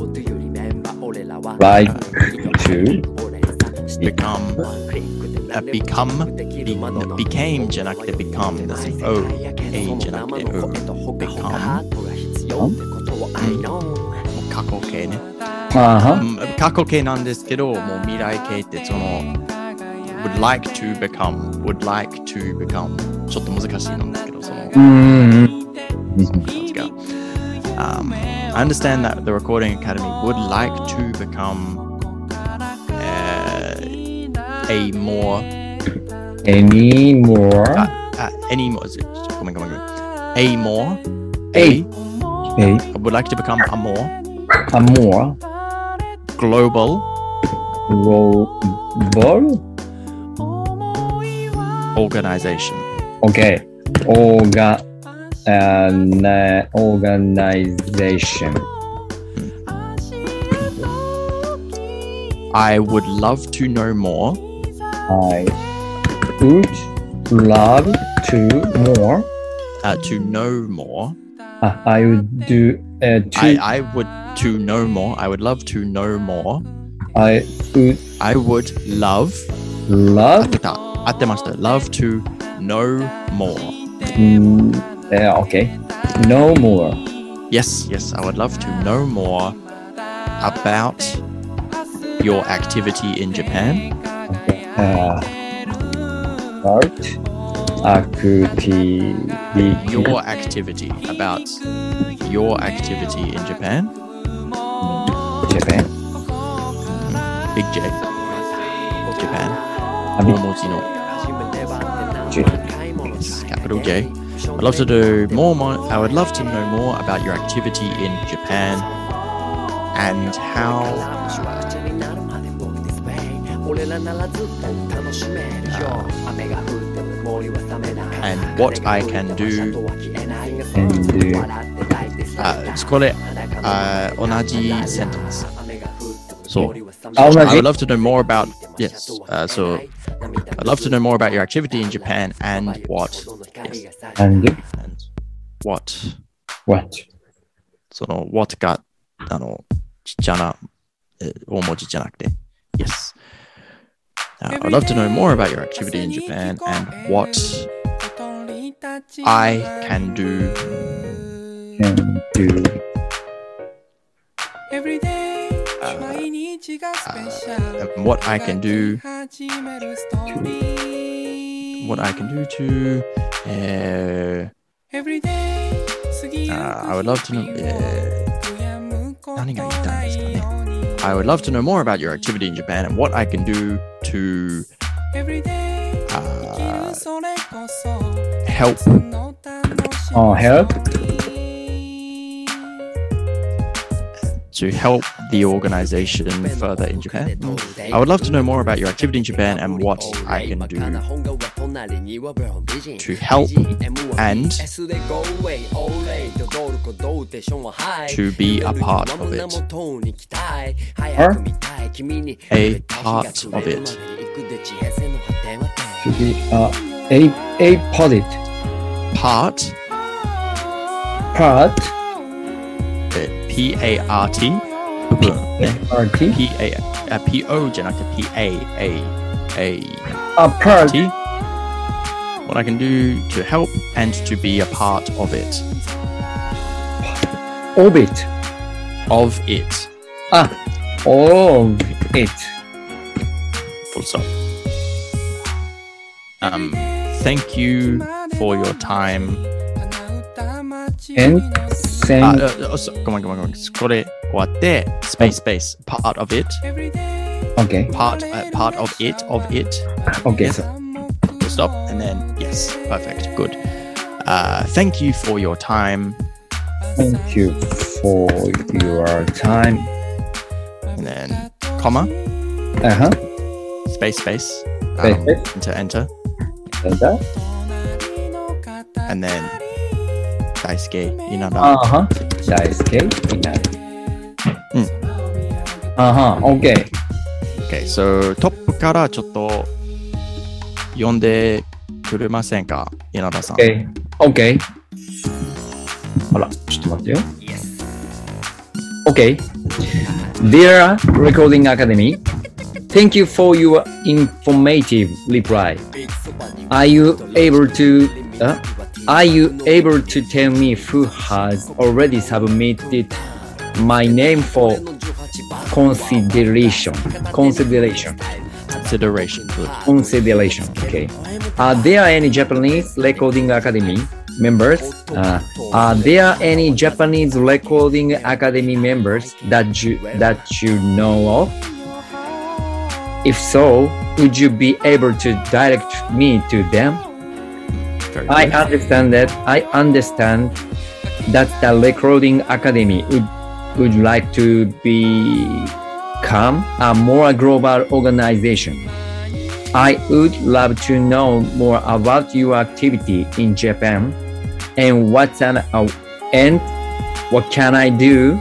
[SPEAKER 2] like to
[SPEAKER 1] become uh, become be- became じゃなくて become です O A じゃなくて O become 過去形ね。
[SPEAKER 2] あ
[SPEAKER 1] う
[SPEAKER 2] は。
[SPEAKER 1] ん過去形なんですけど、もう未来形ってその would like to become would like to become ちょっと難しいなんですけど、その
[SPEAKER 2] うん。
[SPEAKER 1] Let's go. Um, I understand that the Recording Academy would like to become uh, a more
[SPEAKER 2] Any more?
[SPEAKER 1] uh, uh, any more. is it- Come on, come on, come on. A more.
[SPEAKER 2] A. A.
[SPEAKER 1] I would like to become a more
[SPEAKER 2] A more?
[SPEAKER 1] global
[SPEAKER 2] Global?
[SPEAKER 1] organization.
[SPEAKER 2] Okay. Orga, uh, organization.
[SPEAKER 1] I would love to know more
[SPEAKER 2] I would love to more.
[SPEAKER 1] uh, to know more.
[SPEAKER 2] Uh, I would do uh, to.
[SPEAKER 1] I,
[SPEAKER 2] I,
[SPEAKER 1] I would to know more. I would love to know more.
[SPEAKER 2] would
[SPEAKER 1] I would love. 合
[SPEAKER 2] love.
[SPEAKER 1] ってた。合ってました。Love to know more.
[SPEAKER 2] Mm, uh, okay. No more.
[SPEAKER 1] Yes, yes, I would love to know more about your activity in Japan.
[SPEAKER 2] Uh, art. Activity.
[SPEAKER 1] Your activity about your activity in Japan.
[SPEAKER 2] Japan.
[SPEAKER 1] Big J, Japan.
[SPEAKER 2] A bit-
[SPEAKER 1] Momotino.
[SPEAKER 2] J.
[SPEAKER 1] Yes, capital J. I'd love to do more, more. I would love to know more about your activity in Japan and how
[SPEAKER 4] and what I can do
[SPEAKER 2] And do.
[SPEAKER 1] uh,
[SPEAKER 4] あ、
[SPEAKER 1] これ、uh, 同じ sentence. そう
[SPEAKER 2] あ同じ
[SPEAKER 1] I would love to know more about yes. Uh, so I'd love to know more about your activity in Japan and what
[SPEAKER 2] And
[SPEAKER 1] and what
[SPEAKER 2] what?
[SPEAKER 1] その what があのちっちゃなえ大文字じゃなくて uh, yes. Uh, I'd love to know more about your activity in Japan and what I can do
[SPEAKER 2] Can do.
[SPEAKER 1] and what uh, I can do what I can do to uh, uh, I would love to know uh, 何が言いたいんですかね I I would love to know more about your activity in Japan and what I can do to uh, help.
[SPEAKER 2] Oh, help?
[SPEAKER 1] To help the organization further in Japan.
[SPEAKER 2] Hmm.
[SPEAKER 1] I would love to know more about your activity in Japan and what I can do to help and
[SPEAKER 2] oh
[SPEAKER 1] to be a part of it. A part of it.
[SPEAKER 2] To be a, a, a posit,
[SPEAKER 1] Part,
[SPEAKER 2] part,
[SPEAKER 1] uh, P A R T,
[SPEAKER 2] party,
[SPEAKER 1] P A uh, P O じゃなくて P A A A
[SPEAKER 2] a part,
[SPEAKER 1] T. What I can do to help and to be a part of it.
[SPEAKER 2] orbit. Ah,
[SPEAKER 1] Of it.
[SPEAKER 2] あ、of it.
[SPEAKER 1] Full stop. Um, thank you for your time.
[SPEAKER 2] and, send,
[SPEAKER 1] あ、ああそごめんごめんごめん。これ終わって、スペーススペース、part of it,
[SPEAKER 2] okay,
[SPEAKER 1] part,、uh, part of it, of it,
[SPEAKER 2] okay, so,
[SPEAKER 1] full stop, and then yes, perfect, good. Uh, thank you for your time,
[SPEAKER 2] thank you for your time.
[SPEAKER 1] and then comma,
[SPEAKER 2] Uh-huh,
[SPEAKER 1] space space,
[SPEAKER 2] Space,
[SPEAKER 1] um,
[SPEAKER 2] space.
[SPEAKER 1] enter enter,
[SPEAKER 2] and uh, that,
[SPEAKER 1] and then daisuke inada.
[SPEAKER 2] uh-huh, Daisuke, Inari.
[SPEAKER 1] うん。
[SPEAKER 2] Uh-huh, okay. Ah.
[SPEAKER 1] Okay, so トップからちょっと呼んでくれませんか、稲田さん。
[SPEAKER 2] OK。OK。あら、ちょっと待ってよ。OK。Dear Recording Academy, thank you for your informative reply. Are you able to, uh, are you able to tell me who has already submitted my name for consideration? Consideration.
[SPEAKER 1] Consideration. Good.
[SPEAKER 2] Consideration. Okay. Are there Uh, any Japanese Recording Academy members? Uh, are there any Japanese Recording Academy members that you that you know of? If so, would you be able to direct me to them?
[SPEAKER 1] Very
[SPEAKER 2] I
[SPEAKER 1] good.
[SPEAKER 2] understand that. I understand that the Recording Academy would, would like to become a more global organization. I would love to know more about your activity in Japan and what an, uh, and what can I do,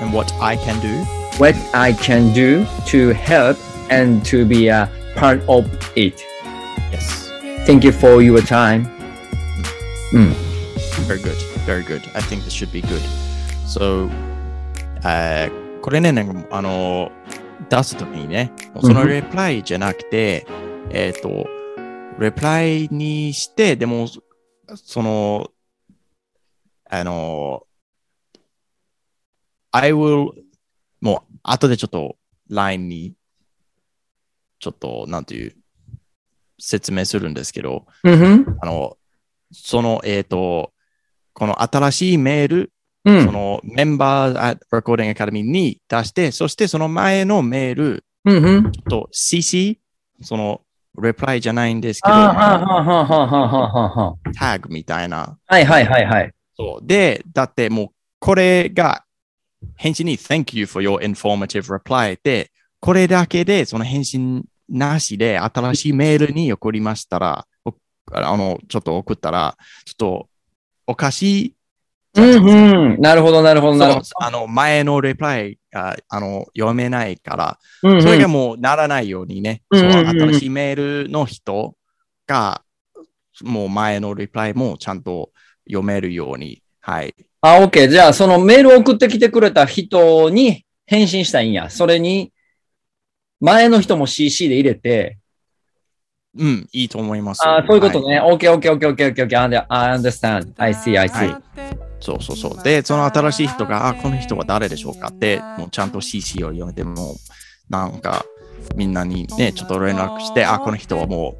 [SPEAKER 1] And what I can do.
[SPEAKER 2] what I can do to help and to be a part of it.
[SPEAKER 1] Yes.
[SPEAKER 2] Thank you for your time. Mm.
[SPEAKER 1] Very good. Very good. I think this should be good. So, えーこれね、なんかあの、出すときにね、その
[SPEAKER 2] うん
[SPEAKER 1] レプライじゃなくて、えっ、と、レプライにして、でも、その、あの、I will, もう、後でちょっと LINE に、ちょっと、なんていう、説明するんですけど、
[SPEAKER 2] うん
[SPEAKER 1] あの、その、えっ、と、この新しいメール、
[SPEAKER 2] う
[SPEAKER 1] そ
[SPEAKER 2] ん。
[SPEAKER 1] のメンバー at Recording Academy に出して、そしてその前のメール
[SPEAKER 2] うんうん。
[SPEAKER 1] と CC、その reply じゃないんですけど、
[SPEAKER 2] ああ、はあはあはあはあはあは
[SPEAKER 1] タグみたいな。
[SPEAKER 2] あ。はいはいはいはい。
[SPEAKER 1] そうで、だってもうこれが返信に Thank you for your informative reply で、これだけでその返信なしで新しいメールに送りましたら、おあの、ちょっと送ったら、ちょっとおかしい
[SPEAKER 2] うんうん。なるほどなるほどなる
[SPEAKER 1] そ
[SPEAKER 2] ほ
[SPEAKER 1] うあの前のレプライがあの読めないから、
[SPEAKER 2] ど。うんうん
[SPEAKER 1] それがもうならないようにね、
[SPEAKER 2] うんうん
[SPEAKER 1] そう
[SPEAKER 2] うんうん
[SPEAKER 1] 新しいメールの人がもう前のレプライもちゃんと読めるように、はい。
[SPEAKER 2] あ、OK。じゃあ、そのメールを送ってきてくれた人に返信したいんや。それに、前の人も CC で入れて、
[SPEAKER 1] うん、いいと思います。
[SPEAKER 2] あそういうこと
[SPEAKER 1] は
[SPEAKER 2] ね。OK, OK, OK, OK, OK, OK. I understand. I see, I
[SPEAKER 1] は
[SPEAKER 2] see.
[SPEAKER 1] いそうそうそう。で、その新しい人が、あ、この人は誰でしょうかって、もうちゃんと CC を読めて、もうなんかみんなにね、ちょっと連絡して、あ、この人はも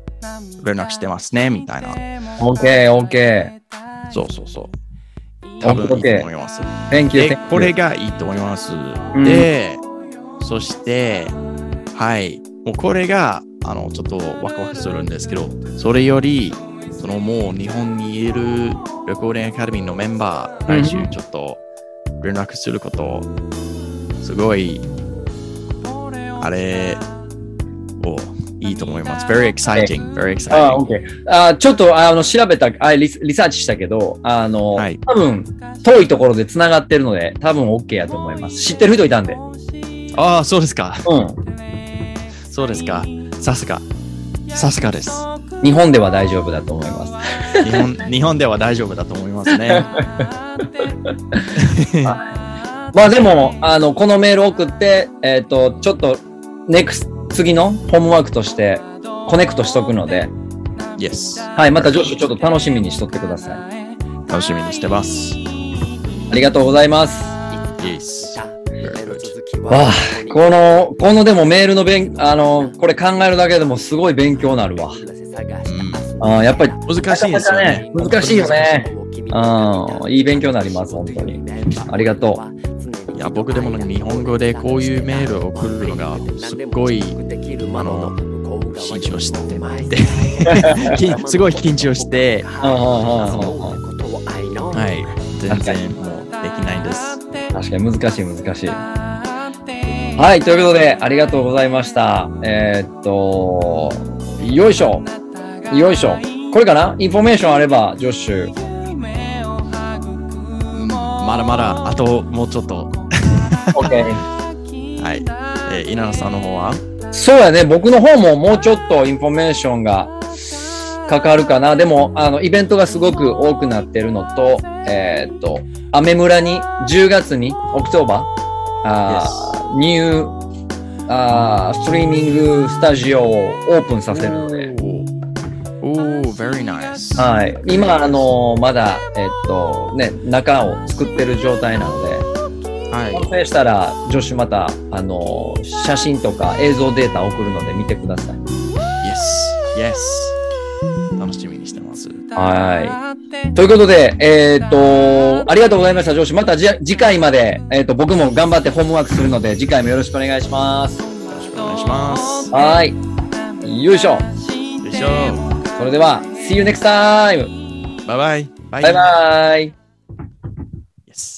[SPEAKER 1] う連絡してますね、みたいな。
[SPEAKER 2] OK, OK.
[SPEAKER 1] そうそうそう。多分いいと思います。
[SPEAKER 2] Thank you,
[SPEAKER 1] で
[SPEAKER 2] thank、you.
[SPEAKER 1] これがいいと思います
[SPEAKER 2] う。ん
[SPEAKER 1] で、そして、はい。もうこれが、あの、ちょっとワクワクするんですけど、それより、そのもう日本にいるレコーディングアカデミーのメンバー、
[SPEAKER 2] うん
[SPEAKER 1] 来週ちょっと連絡すること、すごい、あれをいいと思います。very exciting, very
[SPEAKER 2] あ
[SPEAKER 1] exciting.
[SPEAKER 2] あ、OK。あーちょっと、あの、調べた、あリスリサーチしたけど、あの、
[SPEAKER 1] はい
[SPEAKER 2] 多分、遠いところで繋がってるので、多分 OK やと思います。知ってる人いたんで。
[SPEAKER 1] ああ、そうですか。
[SPEAKER 2] うん。
[SPEAKER 1] そうですか。さすが。さすがです。
[SPEAKER 2] 日本では大丈夫だと思います。
[SPEAKER 1] 日本日本では大丈夫だと思います ね。
[SPEAKER 2] まあでも、あの、このメール送って、えっ、と、ちょっと、ネクス、次のホームワークとして、コネクトしとくので、
[SPEAKER 1] yes。
[SPEAKER 2] はい、また女子ちょっと楽しみにしとってください。
[SPEAKER 1] 楽しみにしてます。
[SPEAKER 2] ありがとうございます。
[SPEAKER 1] Yes.
[SPEAKER 2] わあ、この、このでもメールの勉、あの、これ考えるだけでもすごい勉強になるわ。あーやっぱり
[SPEAKER 1] 難しいですよね。
[SPEAKER 2] 難しいよね。うん、いい勉強になります、本当に。ありがと
[SPEAKER 1] いや、僕でも日本語でこういうメールを送るのがすっごい、あの、緊張してて、 緊 すごい緊張して、
[SPEAKER 2] うんうんうんうん
[SPEAKER 1] はい、全然もうできないです。
[SPEAKER 2] う。確かに難しい、難しい。はい、ということで、ありがとうございました。えーっと、よいしょ。よいしょ。これかなインフォメーションあれば、ジョッシュ。
[SPEAKER 1] うんまだまだ、あともうちょっと。
[SPEAKER 2] OK。
[SPEAKER 1] はい。えー稲田さんの方は
[SPEAKER 2] そうやね、僕の方ももうちょっとインフォメーションがかかるかな。でも、あの、イベントがすごく多くなってるのと、えーっと、アメ村に、10月に、オクトーバー、あーニュー、あーストリーミングスタジオをオープンさせるので、
[SPEAKER 1] おー、very nice。
[SPEAKER 2] はい。今、あのまだ、えっと、ね、中を作ってる状態なので、
[SPEAKER 1] はい。
[SPEAKER 2] 完成したら、女子また、あの写真とか映像データ送るので見てください。
[SPEAKER 1] Yes, yes. 楽しみにしてます。
[SPEAKER 2] はい。ということで、えーっと、ありがとうございました、上司。またじ次回まで、えーっと、僕も頑張ってホームワークするので、次回もよろしくお願いします。
[SPEAKER 1] お願いします。
[SPEAKER 2] はい。よいしょ。
[SPEAKER 1] よいしょ。
[SPEAKER 2] それでは、See you next time!
[SPEAKER 1] バイバイ。バ
[SPEAKER 2] バイバイ
[SPEAKER 1] Yes.